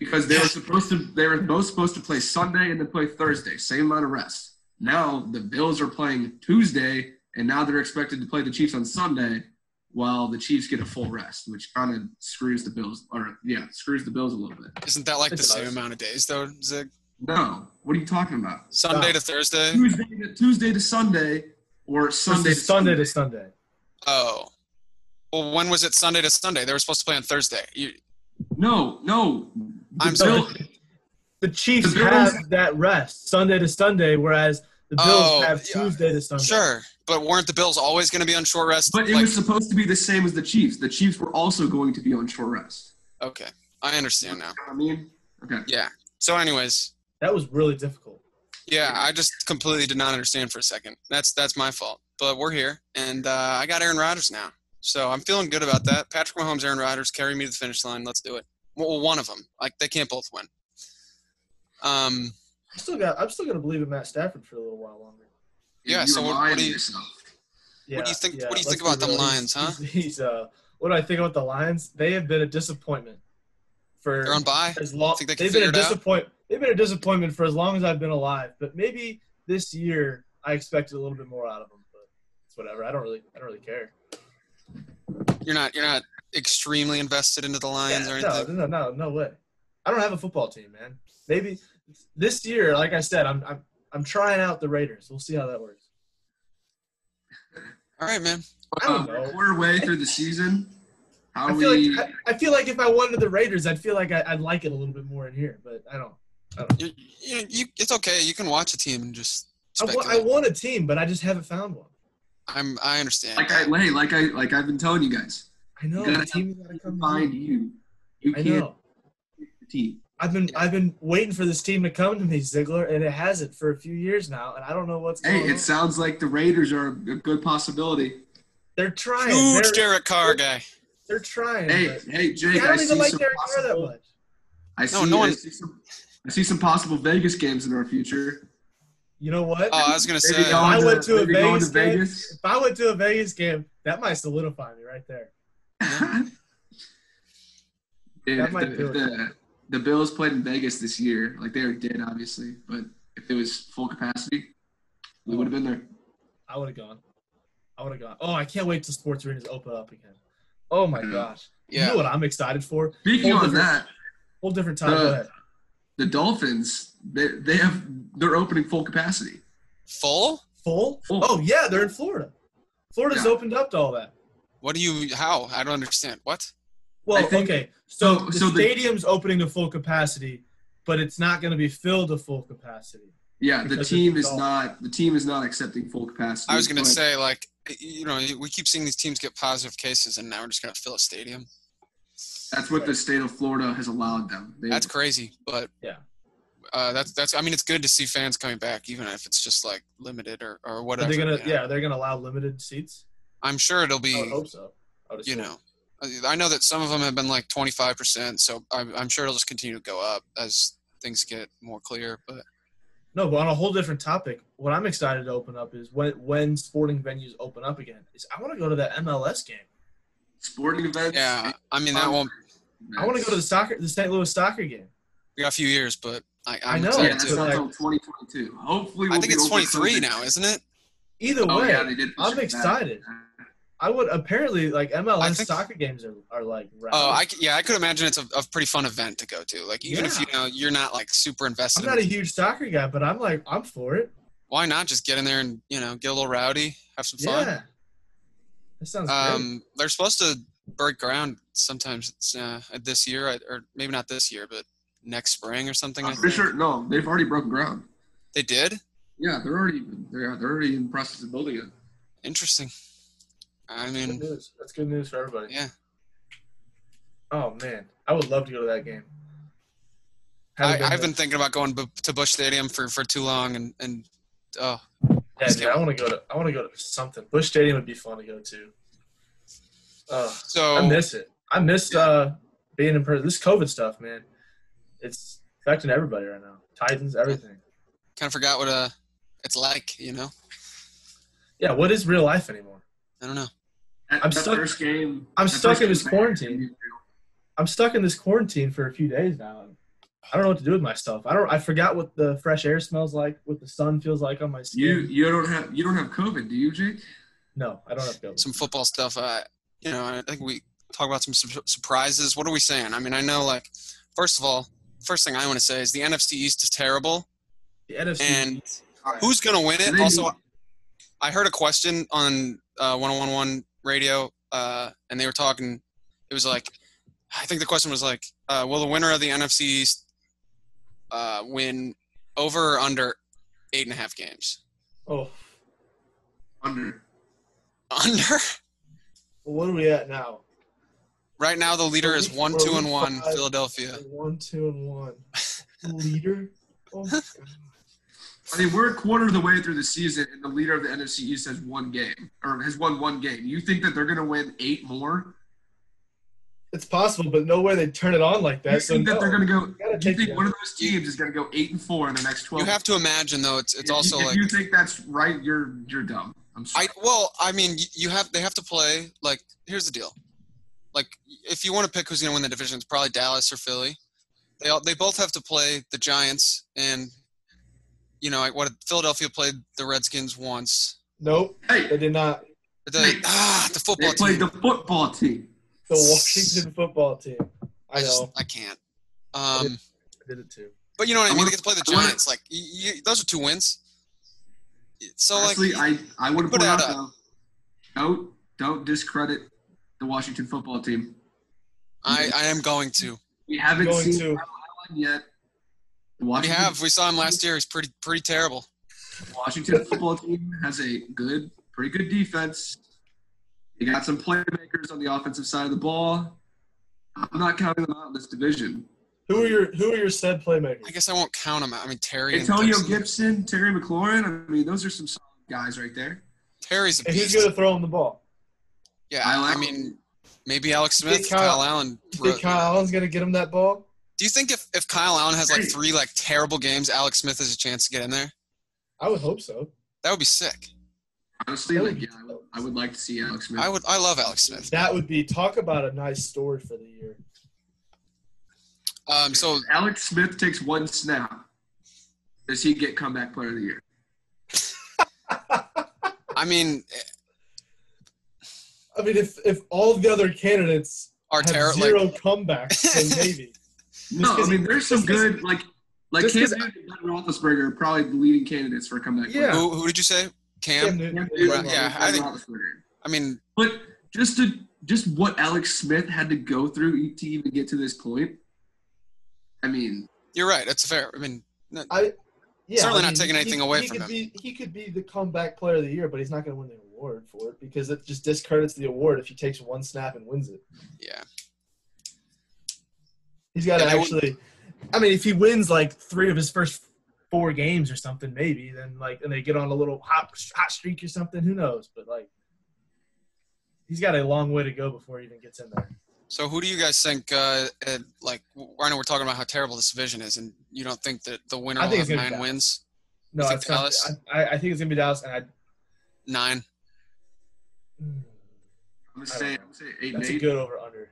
Speaker 4: because they were supposed to they were both supposed to play Sunday and then play Thursday, same amount of rest. Now the Bills are playing Tuesday, and now they're expected to play the Chiefs on Sunday, while the Chiefs get a full rest, which kind of screws the Bills or yeah, screws the Bills a little bit.
Speaker 2: Isn't that like
Speaker 1: It
Speaker 2: the same
Speaker 1: does.
Speaker 2: amount of days though, Zig?
Speaker 4: No, what are you talking about?
Speaker 2: Sunday
Speaker 1: Wow.
Speaker 2: to Thursday.
Speaker 4: Tuesday to, Tuesday to Sunday or
Speaker 1: Sunday,
Speaker 4: Sunday
Speaker 1: Sunday to Sunday.
Speaker 2: Oh, well, when was it Sunday to Sunday? They were supposed to play on Thursday. You,
Speaker 4: No, no.
Speaker 2: I'm
Speaker 4: The
Speaker 2: sorry.
Speaker 4: Bill-
Speaker 1: The Chiefs
Speaker 4: The Bills-
Speaker 1: have that rest Sunday to Sunday, whereas the Bills
Speaker 2: Oh,
Speaker 1: have
Speaker 2: yeah.
Speaker 1: Tuesday to Sunday.
Speaker 2: Sure, but weren't the Bills always going to be on short rest?
Speaker 4: But it
Speaker 2: Like-
Speaker 4: was supposed to be the same as the Chiefs. The Chiefs were also going to be on short rest.
Speaker 2: okay, I understand now.
Speaker 4: You know what I mean? Okay.
Speaker 2: Yeah. So, anyways,
Speaker 1: That was really difficult.
Speaker 2: yeah, I just completely did not understand for a second. That's that's my fault. But we're here, and uh, I got Aaron Rodgers now, so I'm feeling good about that. Patrick Mahomes, Aaron Rodgers, carry me to the finish line. Let's do it. Well, one of them. Like they can't both win. Um.
Speaker 1: I still got. I'm still gonna believe in Matt Stafford for a little while longer.
Speaker 2: Yeah,
Speaker 4: You
Speaker 2: so
Speaker 4: were
Speaker 2: what- what
Speaker 4: lying
Speaker 2: do
Speaker 4: to
Speaker 2: you-
Speaker 4: yourself.
Speaker 1: Yeah,
Speaker 2: do you think-
Speaker 1: yeah,
Speaker 2: what do
Speaker 1: let's
Speaker 2: you think
Speaker 1: be
Speaker 2: about them
Speaker 1: real. He's-
Speaker 2: Lions, huh?
Speaker 1: He's, he's, uh, what do I think about the Lions? They have been a disappointment for
Speaker 2: They're on bye.
Speaker 1: as long.
Speaker 2: Think they can
Speaker 1: they've been a
Speaker 2: figure it out?
Speaker 1: disappoint. They've been a disappointment for as long as I've been alive. But maybe this year I expected a little bit more out of them. But it's whatever. I don't really. I don't really care.
Speaker 2: You're not you're not extremely invested into the Lions or
Speaker 1: Yeah,
Speaker 2: anything.
Speaker 1: no, no, no, no way. I don't have a football team, man. Maybe this year, like I said, I'm I'm I'm trying out the Raiders. We'll see how that works.
Speaker 2: All right, man.
Speaker 1: I don't
Speaker 4: Uh,
Speaker 1: know.
Speaker 4: quarter way through the season, how
Speaker 1: I feel
Speaker 4: we?
Speaker 1: like I, I feel like if I wanted the Raiders, I'd feel like I, I'd like it a little bit more in here, but I don't.
Speaker 2: You, you, you it's okay. You can watch a team and just
Speaker 1: I wa- I
Speaker 2: speculate.
Speaker 1: want a team, but I just haven't found one.
Speaker 2: I'm I understand.
Speaker 4: like I, hey, like I, like I've been telling you guys,
Speaker 1: I know
Speaker 4: You gotta
Speaker 1: the team's gotta come.
Speaker 4: find
Speaker 1: to me.
Speaker 4: you. You
Speaker 1: I
Speaker 4: can't
Speaker 1: know.
Speaker 4: pick the team.
Speaker 1: I've been I've been waiting for this team to come to me, Ziggler, and it hasn't for a few years now, and I don't know what's
Speaker 4: Hey,
Speaker 1: going
Speaker 4: it
Speaker 1: on.
Speaker 4: sounds like the Raiders are a good possibility.
Speaker 1: They're trying.
Speaker 2: Huge
Speaker 1: They're,
Speaker 2: Derek Carr guy.
Speaker 1: they're trying.
Speaker 4: Hey,
Speaker 1: but-
Speaker 4: hey, Jake,
Speaker 1: I
Speaker 4: I,
Speaker 1: don't
Speaker 4: see
Speaker 1: even like
Speaker 4: some
Speaker 1: Derek Carr that
Speaker 4: possible-
Speaker 1: much.
Speaker 4: I
Speaker 2: No,
Speaker 4: see,
Speaker 2: no one-
Speaker 4: I see some, I see some possible Vegas games in our future.
Speaker 1: You know
Speaker 4: Uh,
Speaker 1: what?
Speaker 2: Oh, I was gonna
Speaker 4: Maybe
Speaker 2: say.
Speaker 4: going
Speaker 1: I went to a
Speaker 4: maybe going
Speaker 1: Vegas game. if I went to a Vegas game, that might solidify me right there.
Speaker 4: Dude,
Speaker 1: That
Speaker 4: if,
Speaker 1: might
Speaker 4: the,
Speaker 1: do
Speaker 4: if
Speaker 1: it.
Speaker 4: the the Bills played in Vegas this year, like they already did, obviously, but if it was full capacity, we would have been there.
Speaker 1: I would have gone. I would have gone. Oh, I can't wait till sports arenas open up again. Oh my
Speaker 4: Yeah.
Speaker 1: gosh! You
Speaker 2: Yeah.
Speaker 1: know what I'm excited for?
Speaker 4: Speaking
Speaker 1: Well,
Speaker 4: on
Speaker 1: the-
Speaker 4: that,
Speaker 1: Whole different time.
Speaker 4: Uh,
Speaker 1: Go ahead.
Speaker 4: the Dolphins they they have they're opening full capacity.
Speaker 2: Full?
Speaker 1: Full?
Speaker 4: Full.
Speaker 1: Oh yeah, they're in Florida. Florida's
Speaker 4: Yeah.
Speaker 1: opened up to all that.
Speaker 2: What do you how? I don't understand. What?
Speaker 1: Well,
Speaker 4: think-
Speaker 1: okay. So,
Speaker 4: so-
Speaker 1: the
Speaker 4: so the-
Speaker 1: stadium's opening to full capacity, but it's not going to be filled to full capacity.
Speaker 4: Yeah, the
Speaker 1: Because it's
Speaker 4: team
Speaker 1: the
Speaker 4: is
Speaker 1: Dolphins.
Speaker 4: not the team is not accepting full capacity.
Speaker 2: I was gonna
Speaker 4: but
Speaker 2: say like you know, we keep seeing these teams get positive cases and now we're just gonna fill a stadium.
Speaker 4: that's what the state of Florida has allowed them. They,
Speaker 2: That's crazy, but
Speaker 1: Yeah.
Speaker 2: uh, that's that's. I mean, it's good to see fans coming back, even if it's just like limited or, or
Speaker 1: Are
Speaker 2: whatever.
Speaker 1: they gonna?
Speaker 2: you know.
Speaker 1: Yeah, Oh, they're gonna allow limited seats.
Speaker 2: I'm sure it'll be
Speaker 1: I would hope so. I would
Speaker 2: you
Speaker 1: assume.
Speaker 2: know uh, I- i know that some of them have been like 25% so i'm, I'm sure it'll just continue to go up as things get more clear but
Speaker 1: No, but on a whole different topic, what I'm excited to open up is when when sporting venues open up again. Is I want to go to that MLS game.
Speaker 4: sporting events.
Speaker 2: yeah i mean that
Speaker 4: Um,
Speaker 2: won't
Speaker 1: I want to go to the soccer, the St. Louis soccer game.
Speaker 2: we got a few years but i,
Speaker 1: I
Speaker 2: I'm
Speaker 1: know,
Speaker 4: Yeah,
Speaker 2: excited
Speaker 4: that's
Speaker 2: too.
Speaker 1: so-
Speaker 4: not until 2022. Hopefully, we'll
Speaker 2: i think
Speaker 4: be
Speaker 2: it's
Speaker 4: over
Speaker 2: 23
Speaker 4: COVID.
Speaker 2: now isn't it
Speaker 1: Either
Speaker 4: Oh
Speaker 1: way,
Speaker 4: yeah, they did. push
Speaker 1: I'm
Speaker 4: it back.
Speaker 1: excited. I would apparently like MLS
Speaker 2: think-
Speaker 1: soccer games are, are like.
Speaker 2: oh
Speaker 1: rad.
Speaker 2: I, c- yeah i could imagine it's a, a pretty fun event to go to like even if
Speaker 1: Yeah.
Speaker 2: you know you're not like super invested
Speaker 1: I'm
Speaker 2: in
Speaker 1: not a
Speaker 2: it,
Speaker 1: huge soccer guy, but I'm like I'm for it.
Speaker 2: why not just get in there and you know get a little rowdy have some fun
Speaker 1: Yeah, that sounds great.
Speaker 2: um, they're supposed to break ground sometimes uh, this year I- or maybe not this year but next spring or something I
Speaker 4: I'm pretty
Speaker 2: think.
Speaker 4: sure. No, they've already broken ground.
Speaker 2: They did?
Speaker 4: Yeah, they're already they're, they're already in the process of building it.
Speaker 2: Interesting. I
Speaker 1: Good
Speaker 2: mean,
Speaker 1: news. That's good news for everybody.
Speaker 2: yeah.
Speaker 1: Oh man, I would love to go to that game.
Speaker 2: I,
Speaker 1: Haven't
Speaker 2: I've been
Speaker 1: there.
Speaker 2: thinking about going bu- to Bush Stadium for, for too long, and, and oh,
Speaker 1: Yeah, dude, I want to go to. I want to go to something. Bush Stadium would be fun to go to. Ugh. I
Speaker 2: so
Speaker 1: miss it. I miss uh, being in person. This COVID stuff, man, it's affecting everybody right now. Titans, everything.
Speaker 2: kind of forgot what uh, it's like, you know?
Speaker 1: Yeah, what is real life anymore?
Speaker 2: I don't know.
Speaker 4: That,
Speaker 1: I'm
Speaker 4: that
Speaker 1: stuck-
Speaker 4: First game,
Speaker 1: I'm
Speaker 4: that
Speaker 1: stuck
Speaker 4: first
Speaker 1: in this
Speaker 4: game back,
Speaker 1: quarantine. I'm stuck in this quarantine for a few days now. And I don't know what to do with myself. I don't. I forgot what the fresh air smells like, what the sun feels like on my skin.
Speaker 4: You you don't have you don't have COVID, do you, Jake?
Speaker 1: no, I don't have COVID.
Speaker 2: Some football stuff. Uh, you know, I think we talk about some su- surprises. What are we saying? I mean, I know, like, first of all, first thing I want to say is the NFC East is terrible,
Speaker 1: The NFC.
Speaker 2: and who's going to win
Speaker 4: And
Speaker 2: it?
Speaker 4: then
Speaker 2: Also,
Speaker 4: you-
Speaker 2: I heard a question on uh, 1011 radio, uh, and they were talking. It was like, I think the question was like, uh, will the winner of the NFC East uh, win over or under eight and a half games?
Speaker 1: Oh,
Speaker 4: Under.
Speaker 2: Under.
Speaker 1: well, what are we at now?
Speaker 2: Right now, the leader is
Speaker 1: Week-
Speaker 2: one,
Speaker 1: we're
Speaker 2: two,
Speaker 1: week
Speaker 2: and one.
Speaker 1: five.
Speaker 2: Philadelphia.
Speaker 1: One, two, and one. Leader. Oh, my God.
Speaker 4: I mean, we're a quarter of the way through the season, and the leader of the NFC East has one game or has won one game. You think that they're going to win eight more?
Speaker 1: it's possible, but no way they turn it on like
Speaker 4: You
Speaker 1: that. So
Speaker 4: think that
Speaker 1: no.
Speaker 4: they're going to go?
Speaker 1: gotta
Speaker 4: You
Speaker 1: take
Speaker 4: think
Speaker 1: the
Speaker 4: one of those teams is going to go eight and four in the next twelve?
Speaker 2: You have to imagine though. It's it's
Speaker 4: If-
Speaker 2: also
Speaker 4: if
Speaker 2: like
Speaker 4: you think that's right, you're you're dumb. I'm
Speaker 2: I
Speaker 4: sorry.
Speaker 2: well, I mean, y- you have they have to play. Like, here's the deal. Like, if you want to pick who's going to win the division, it's probably Dallas or Philly. They all, they both have to play the Giants, and you know, like what Philadelphia played the Redskins once.
Speaker 1: Nope,
Speaker 4: hey,
Speaker 1: they did not.
Speaker 2: The, ah, the
Speaker 4: they
Speaker 2: football
Speaker 4: played
Speaker 2: team.
Speaker 4: the football team.
Speaker 1: The Washington football team. I
Speaker 2: I just
Speaker 1: know.
Speaker 2: I can't.
Speaker 1: did. I
Speaker 2: Um,
Speaker 1: did it too.
Speaker 2: but you know what I
Speaker 4: I
Speaker 2: mean. They
Speaker 4: wanna-
Speaker 2: get to play the
Speaker 4: I wanna-
Speaker 2: Giants. Like, you, you, those are two wins. So like,
Speaker 4: Honestly, I I want to
Speaker 2: put
Speaker 4: point out
Speaker 2: out a-
Speaker 4: though, don't don't discredit the Washington football team.
Speaker 2: I, I am going to.
Speaker 4: We haven't
Speaker 1: Going
Speaker 4: seen
Speaker 1: to.
Speaker 4: Kyle Allen yet. The
Speaker 2: We
Speaker 4: Washington,
Speaker 2: have. We saw him last year. He's pretty pretty terrible.
Speaker 4: Washington football team has a good, pretty good defense. They got some playmakers on the offensive side of the ball. I'm not counting them out in this division.
Speaker 1: Who are your Who are your said
Speaker 2: I
Speaker 1: playmakers?
Speaker 2: guess I won't count him out. I mean, Terry. and
Speaker 4: Antonio
Speaker 2: Gibson.
Speaker 4: Gibson, Terry McLaurin. I mean, those are some solid guys right there.
Speaker 2: Terry's a
Speaker 1: And who's
Speaker 2: beast.
Speaker 1: gonna throw him the ball?
Speaker 2: Yeah,
Speaker 4: Kyle
Speaker 2: I
Speaker 4: Allen.
Speaker 2: mean, maybe Alex
Speaker 1: You think
Speaker 2: Smith,
Speaker 1: Kyle-
Speaker 2: Kyle, Allen.
Speaker 1: You think
Speaker 2: wrote-
Speaker 1: Kyle Allen's gonna get him that ball?
Speaker 2: Do you think if, if Kyle Allen has like
Speaker 4: Hey.
Speaker 2: three like terrible games, Alex Smith has a chance to get in there?
Speaker 1: I would hope so.
Speaker 2: That would be sick.
Speaker 4: honestly, like, yeah, I would, I would like to see Alex Smith.
Speaker 2: I would. I love Alex Smith.
Speaker 1: That would be talk about a nice story for the year.
Speaker 2: Um, so
Speaker 4: Alex Smith takes one snap. Does he get comeback player of the year?
Speaker 2: I mean, eh,
Speaker 1: I mean, if if all the other candidates
Speaker 2: our terror.
Speaker 1: have
Speaker 2: Like,
Speaker 1: zero comebacks, then maybe.
Speaker 4: No, I
Speaker 1: 'cause he-
Speaker 4: mean there's some
Speaker 1: just 'cause-
Speaker 4: good like like
Speaker 1: just
Speaker 4: Cam
Speaker 1: 'cause
Speaker 4: Newton and Ben Roethlisberger are probably the leading candidates for comeback. player.
Speaker 1: Yeah.
Speaker 2: who, who did you say?
Speaker 1: Cam
Speaker 2: Cam.
Speaker 1: Newton.
Speaker 4: Cam Newton
Speaker 2: Right,
Speaker 4: and
Speaker 2: yeah, I
Speaker 4: Ben
Speaker 2: think-
Speaker 4: Roethlisberger.
Speaker 2: I mean,
Speaker 4: But just to just what Alex Smith had to go through to even get to this point. I mean,
Speaker 2: you're right. That's fair. I mean, no,
Speaker 1: Yeah,
Speaker 2: Certainly not taking
Speaker 1: he-
Speaker 2: anything away
Speaker 1: he
Speaker 2: from
Speaker 1: could
Speaker 2: him.
Speaker 1: Be, he could be the comeback player of the year, but he's not going to win the award for it because it just discredits the award if he takes one snap and wins it.
Speaker 2: yeah.
Speaker 1: He's got to
Speaker 2: And I would-
Speaker 1: actually. I mean, if he wins like three of his first four games or something, maybe then like, and they get on a little hot hot streak or something. Who knows? But like, he's got a long way to go before he even gets in there.
Speaker 2: So who do you guys think? Uh, eh, like, I know we're talking about how terrible this division is, and you don't think that the winner
Speaker 1: I
Speaker 2: will
Speaker 1: think
Speaker 2: have
Speaker 1: it's gonna be
Speaker 2: nine
Speaker 1: Dallas.
Speaker 2: wins?
Speaker 1: No,
Speaker 2: think
Speaker 1: it's not,
Speaker 2: Dallas?
Speaker 1: I, I think it's gonna be Dallas, and I.
Speaker 2: Nine.
Speaker 4: I'm gonna
Speaker 1: I don't
Speaker 4: say, I'm
Speaker 1: know.
Speaker 4: gonna say eight and
Speaker 1: That's a
Speaker 4: eight.
Speaker 1: good over under.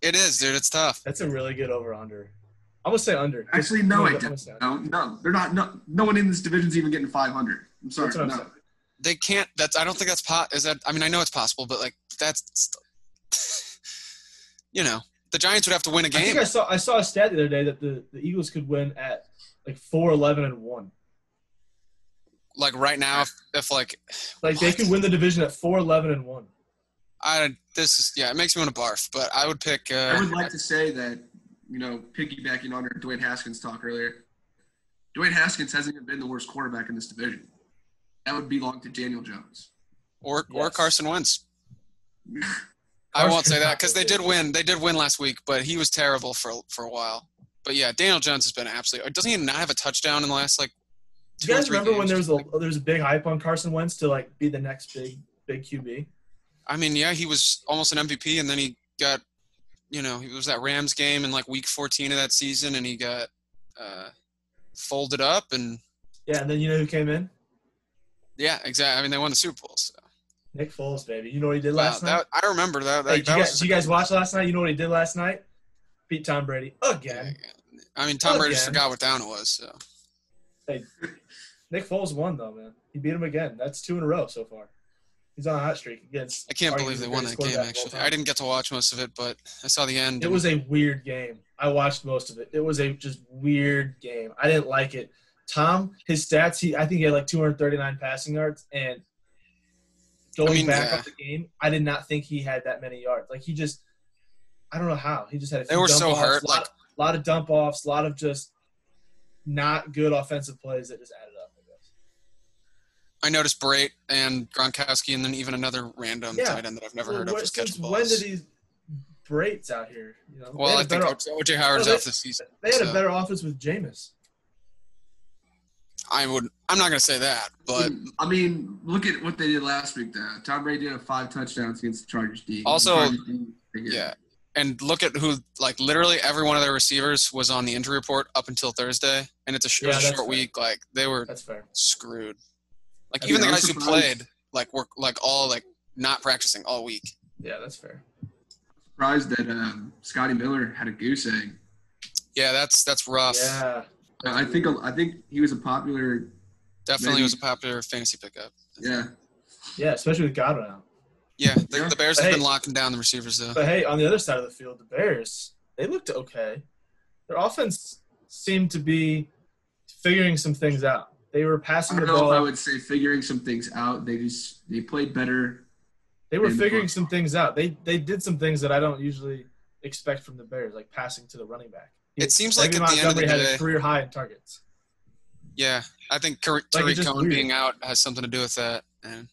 Speaker 2: It is, dude. It's tough.
Speaker 1: That's a really good over under. I'm gonna say under.
Speaker 4: Actually, no, I
Speaker 1: I'm gonna
Speaker 4: don't.
Speaker 1: say under.
Speaker 4: No, no, they're not. No, no one in this division's even getting 500. I'm sorry.
Speaker 1: That's what I'm
Speaker 4: no.
Speaker 1: saying.
Speaker 2: they can't that's i don't think that's pot is that i mean i know it's possible but like that's you know the giants would have to win a
Speaker 1: I
Speaker 2: game
Speaker 1: think I saw I saw a stat the other day that the, the Eagles could win at like four eleven and one.
Speaker 2: like right now if, if like
Speaker 1: Like they
Speaker 2: What?
Speaker 1: could win the division at four eleven and one.
Speaker 2: i this is yeah it makes me want to barf but i would pick uh
Speaker 4: I would like to say that, you know, piggybacking on our Dwayne Haskins talk earlier, Dwayne Haskins hasn't even been the worst quarterback in this division. That would belong to Daniel Jones.
Speaker 2: or or
Speaker 1: Yes.
Speaker 2: carson wentz i won't
Speaker 1: Carson-
Speaker 2: say that because they did win they did win last week but he was terrible for for a while but yeah daniel jones has been absolutely doesn't he not have a touchdown in the last like
Speaker 1: Do
Speaker 2: two
Speaker 1: you
Speaker 2: or
Speaker 1: guys
Speaker 2: three
Speaker 1: remember when
Speaker 2: games?
Speaker 1: there was a there was a big hype on Carson Wentz to like be the next big big QB?
Speaker 2: I mean, yeah, he was almost an MVP, and then he got, you know, he was that Rams game in like week 14 of that season, and he got uh, folded up, and
Speaker 1: Yeah, and then you know who came in?
Speaker 2: yeah, exactly. I mean, they won the Super Bowl. So.
Speaker 1: Nick Foles, baby. You know what he did
Speaker 2: Wow,
Speaker 1: last night?
Speaker 2: that, I remember that. that,
Speaker 1: Hey, did,
Speaker 2: that
Speaker 1: you
Speaker 2: was
Speaker 1: guys, did you guys watch last night? You know what he did last night? Beat Tom Brady again.
Speaker 2: I mean,
Speaker 1: Oh,
Speaker 2: Tom Brady just
Speaker 1: Again.
Speaker 2: forgot what down it was. So
Speaker 1: Nick Foles won though, man. He beat him again. That's two in a row so far. He's on a hot streak against.
Speaker 2: I can't
Speaker 1: arguably
Speaker 2: believe
Speaker 1: the
Speaker 2: they won
Speaker 1: greatest
Speaker 2: that game.
Speaker 1: quarterback of all
Speaker 2: Actually,
Speaker 1: time.
Speaker 2: I didn't get to watch most of it, but I saw the end.
Speaker 1: It was a weird game. I watched most of it. It was a just weird game. I didn't like it. Tom, his stats, he I think he had like 239 passing yards, and going
Speaker 2: I mean,
Speaker 1: back
Speaker 2: yeah.
Speaker 1: up the game, I did not think he had that many yards. Like he just, I don't know how he just had. A
Speaker 2: They
Speaker 1: few
Speaker 2: were
Speaker 1: dump
Speaker 2: so
Speaker 1: offs,
Speaker 2: hurt,
Speaker 1: lot,
Speaker 2: like-
Speaker 1: lot of dump offs, a lot of just not good offensive plays that just added up. I guess.
Speaker 2: I noticed Brait and Gronkowski, and then even another random
Speaker 1: Yeah.
Speaker 2: tight end that I've never
Speaker 1: Well,
Speaker 2: heard
Speaker 1: what-
Speaker 2: of just catch
Speaker 1: since
Speaker 2: balls.
Speaker 1: When did these breaks out here? You know,
Speaker 2: well,
Speaker 1: they
Speaker 2: I
Speaker 1: had a
Speaker 2: think
Speaker 1: better-
Speaker 2: OJ Howard's
Speaker 1: No, they-
Speaker 2: out this season.
Speaker 1: they had a
Speaker 2: so-
Speaker 1: better offense with Jameis.
Speaker 2: I would. I'm not gonna say that, but
Speaker 4: I mean, look at what they did last week. Though Tom Brady did have five touchdowns against the Chargers D.
Speaker 2: Also-
Speaker 4: Chargers D is pretty good.
Speaker 2: yeah. And look at who, like, literally every one of their receivers was on the injury report up until Thursday, and it's a, sh-
Speaker 1: Yeah,
Speaker 2: it was a
Speaker 1: that's
Speaker 2: short
Speaker 1: fair.
Speaker 2: week. Like they were
Speaker 1: That's fair.
Speaker 2: screwed. Like
Speaker 1: I
Speaker 2: even
Speaker 4: mean,
Speaker 2: the
Speaker 4: I'm
Speaker 2: guys who
Speaker 4: surprised-
Speaker 2: played, like, were like all like not practicing all week.
Speaker 1: Yeah, that's fair.
Speaker 4: surprised that um, Scotty Miller had a goose egg.
Speaker 2: Yeah, that's that's rough.
Speaker 1: Yeah.
Speaker 4: I think I think he was a popular.
Speaker 2: Definitely
Speaker 4: Maybe-
Speaker 2: was a popular fantasy pickup.
Speaker 4: Yeah,
Speaker 1: Yeah, especially with Godwin out.
Speaker 2: Yeah, the,
Speaker 4: Yeah.
Speaker 2: the Bears have
Speaker 1: Hey.
Speaker 2: been locking down the receivers though.
Speaker 1: But hey, on the other side of the field, the Bears, they looked okay. Their offense seemed to be figuring some things out. They were
Speaker 4: I
Speaker 1: passing
Speaker 4: don't
Speaker 1: the
Speaker 4: know if I
Speaker 1: ball.
Speaker 4: would say figuring some things out. They just they played better.
Speaker 1: They were
Speaker 4: in the
Speaker 1: figuring
Speaker 4: book.
Speaker 1: some things out. They they did some things that I don't usually expect from the Bears, like passing to the running back.
Speaker 2: It seems like
Speaker 1: David
Speaker 2: at the end of the
Speaker 1: Montgomery had
Speaker 2: day-
Speaker 1: a career high in targets.
Speaker 2: Yeah, I think Kar-
Speaker 1: Like, it's
Speaker 2: Tariq
Speaker 1: just
Speaker 2: Cohen
Speaker 1: weird.
Speaker 2: being out has something to do with that. And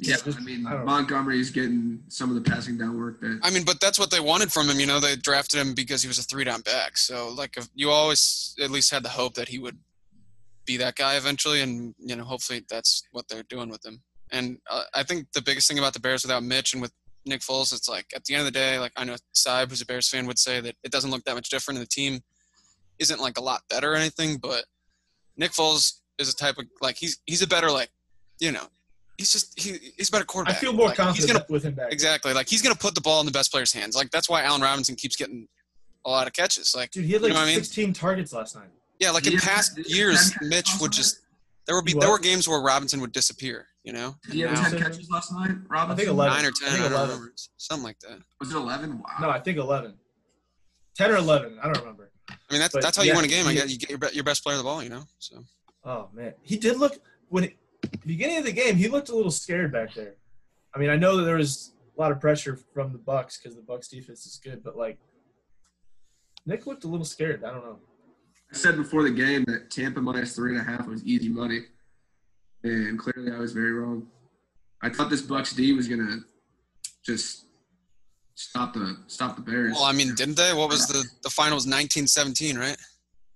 Speaker 1: Yeah,
Speaker 4: Yeah,
Speaker 1: just-
Speaker 4: I mean
Speaker 1: I don't know.
Speaker 4: Montgomery's getting some of the passing down work that
Speaker 2: I mean, but that's what they wanted from him. You know, they drafted him because he was a three down back. So like, if you always at least had the hope that he would be that guy eventually, and you know, hopefully that's what they're doing with him. And uh, I think the biggest thing about the Bears without Mitch and with Nick Foles, it's like at the end of the day, like I know Saib, who's a Bears fan, would say that it doesn't look that much different, and the team isn't like a lot better or anything. But Nick Foles is a type of like he's he's a better like you know he's just he, he's a better
Speaker 1: I
Speaker 2: quarterback.
Speaker 1: feel more
Speaker 2: Like, He's
Speaker 1: confident
Speaker 2: gonna
Speaker 1: with him back.
Speaker 2: Exactly. Like he's gonna put the ball in the best player's hands. Like that's why Allen Robinson keeps getting a lot of catches. Like
Speaker 1: Dude, he had like
Speaker 2: You know what I mean?
Speaker 1: 16 targets last night.
Speaker 2: yeah, like in
Speaker 4: Yeah.
Speaker 2: past years, Mitch would just there would be
Speaker 1: What?
Speaker 2: there were games where Robinson would disappear. You know,
Speaker 4: Did he have
Speaker 2: Now-
Speaker 4: 10 catches last night, Robinson?
Speaker 1: I think 11.
Speaker 2: nine or
Speaker 1: I
Speaker 2: ten,
Speaker 1: think
Speaker 2: I don't
Speaker 1: 11.
Speaker 2: remember, something like that.
Speaker 4: Was it 11? Wow.
Speaker 1: No, I think 11. 10 or 11. I don't remember.
Speaker 2: I mean, that's
Speaker 1: But,
Speaker 2: that's how
Speaker 1: yeah,
Speaker 2: you win a game. I
Speaker 1: he-
Speaker 2: guess you get your, be- your best player the ball. You know, so
Speaker 1: Oh man, he did look when it, beginning of the game. He looked a little scared back there. I mean, I know that there was a lot of pressure from the Bucks because the Bucks defense is good, but like Nick looked a little scared. I don't know.
Speaker 4: I said before the game that Tampa minus three and a half was easy money, and clearly I was very wrong. I thought this Bucks D was gonna just stop the stop the Bears.
Speaker 2: well, I mean, didn't they? What was the the final was 19-17, right?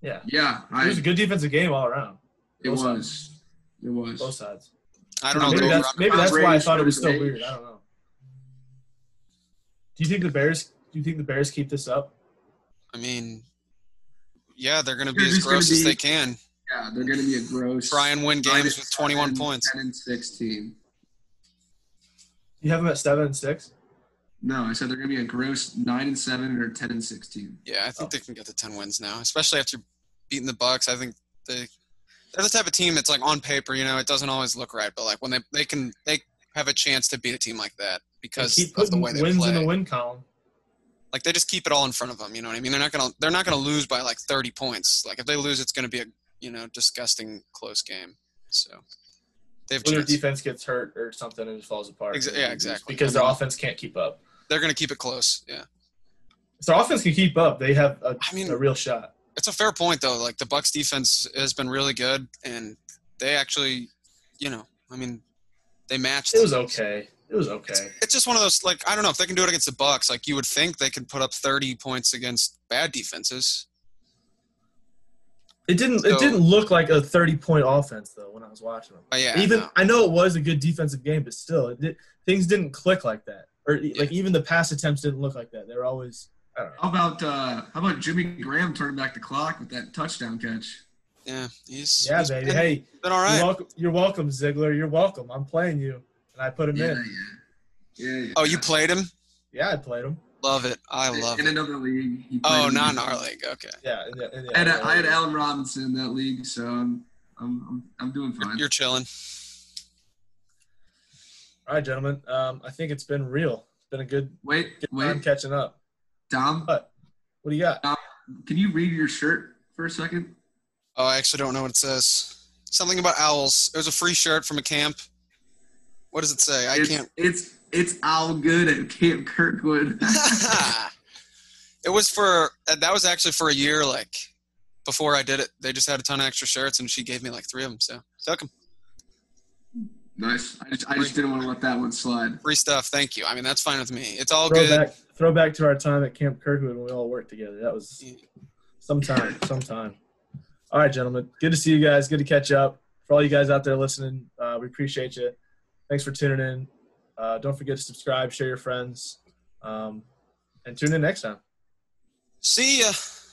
Speaker 1: Yeah,
Speaker 4: yeah, I,
Speaker 1: it was a good defensive game all around.
Speaker 4: it
Speaker 1: both
Speaker 4: was, it was.
Speaker 1: Both sides.
Speaker 2: I don't
Speaker 4: No,
Speaker 2: know.
Speaker 1: Maybe
Speaker 2: the
Speaker 1: that's,
Speaker 2: over-under.
Speaker 1: maybe that's why I
Speaker 4: Brady's
Speaker 1: thought it was so
Speaker 4: starting to
Speaker 1: weird. I don't know. Do you think the Bears? Do you think the Bears keep this up?
Speaker 2: I mean, yeah, they're gonna be
Speaker 4: They're
Speaker 2: as
Speaker 4: just gonna
Speaker 2: gross as
Speaker 4: be-
Speaker 2: they can.
Speaker 4: Yeah, they're gonna be a gross.
Speaker 2: Try and win games
Speaker 4: minus
Speaker 2: with twenty one
Speaker 4: 10,
Speaker 2: points.
Speaker 4: Ten and sixteen.
Speaker 1: You have them at seven and six.
Speaker 4: No, I said they're gonna be a gross nine and seven or ten and sixteen.
Speaker 2: Yeah, I think
Speaker 1: Oh.
Speaker 2: they can get to ten wins now, especially after beating the Bucks. I think they they're the type of team that's like on paper, you know, it doesn't always look right, but like when they they can they have a chance to beat a team like that
Speaker 1: They
Speaker 2: because
Speaker 1: keep
Speaker 2: of the
Speaker 1: putting
Speaker 2: way they
Speaker 1: wins in
Speaker 2: play.
Speaker 1: the win column.
Speaker 2: like they just keep it all in front of them. You know what I mean? They're not gonna they're not gonna lose by like thirty points. Like if they lose, it's gonna be a you know disgusting close game. So they've
Speaker 1: When their
Speaker 2: chance.
Speaker 1: defense gets hurt or something and it falls apart.
Speaker 2: Exa-
Speaker 1: and they
Speaker 2: yeah,
Speaker 1: lose
Speaker 2: exactly.
Speaker 1: Because
Speaker 2: I
Speaker 1: their
Speaker 2: mean-
Speaker 1: offense can't keep up.
Speaker 2: they're gonna keep it close. Yeah,
Speaker 1: if their offense can keep up, they have a,
Speaker 2: I mean-
Speaker 1: a real shot.
Speaker 2: it's a fair point though. Like the Bucks defense has been really good, and they actually, you know, I mean, they matched.
Speaker 1: It was okay. It was okay.
Speaker 2: it's just one of those like I don't know if they can do it against the Bucks. Like you would think they could put up 30 points against bad defenses.
Speaker 1: It didn't.
Speaker 2: So-
Speaker 1: it didn't look like a thirty-point offense though when I was watching them.
Speaker 2: But yeah,
Speaker 1: Even
Speaker 2: no.
Speaker 1: I know it was a good defensive game, but still, it did, things didn't click like that. Or e- like even the pass attempts didn't look like that. They were always. I don't know.
Speaker 4: How about uh, how about Jimmy Graham turning back the clock with that touchdown catch?
Speaker 2: yeah, he's
Speaker 1: Yeah,
Speaker 2: he's
Speaker 1: baby.
Speaker 2: been,
Speaker 1: Hey,
Speaker 2: been all
Speaker 1: you're,
Speaker 2: right.
Speaker 1: welcome, you're welcome, Ziggler. You're welcome. I'm playing you, and I put him
Speaker 4: Yeah, yeah,
Speaker 1: in.
Speaker 4: yeah. yeah
Speaker 2: Oh, you played him?
Speaker 1: Yeah, I played him.
Speaker 2: Love it. I love
Speaker 4: in
Speaker 2: it.
Speaker 4: another league. he
Speaker 2: Oh,
Speaker 4: played in-
Speaker 2: not in our league. Okay,
Speaker 1: Yeah. in the- in the
Speaker 4: I had,
Speaker 1: other
Speaker 4: I had
Speaker 1: way.
Speaker 4: Allen Robinson in that league, so I'm I'm I'm, I'm doing fine.
Speaker 2: you're chilling.
Speaker 1: All right, gentlemen. Um, I think it's been real. It's been a good,
Speaker 4: wait,
Speaker 1: good time
Speaker 4: wait,
Speaker 1: catching up.
Speaker 4: Dom,
Speaker 1: What do you got?
Speaker 4: can you read your shirt for a second?
Speaker 2: Oh, I actually don't know what it says. Something about owls. It was a free shirt from a camp. What does it say? I
Speaker 4: it's,
Speaker 2: can't.
Speaker 4: It's it's all good at Camp Kirkwood.
Speaker 2: it was for uh, that was actually for a year. Like before I did it, they just had a ton of extra shirts, and she gave me like three of them. So took them.
Speaker 4: nice. I just, I just didn't want to let that one slide.
Speaker 2: Free stuff. Thank you. I mean, that's fine with me. It's all good.
Speaker 1: Throwback, throwback to our time at Camp Kirkwood when we all worked together. That was
Speaker 2: Yeah.
Speaker 1: sometime, sometime. All right, gentlemen. Good to see you guys. Good to catch up. For all you guys out there listening, uh, we appreciate you. Thanks for tuning in. Uh, don't forget to subscribe, share your friends, um, and tune in next time.
Speaker 2: See ya.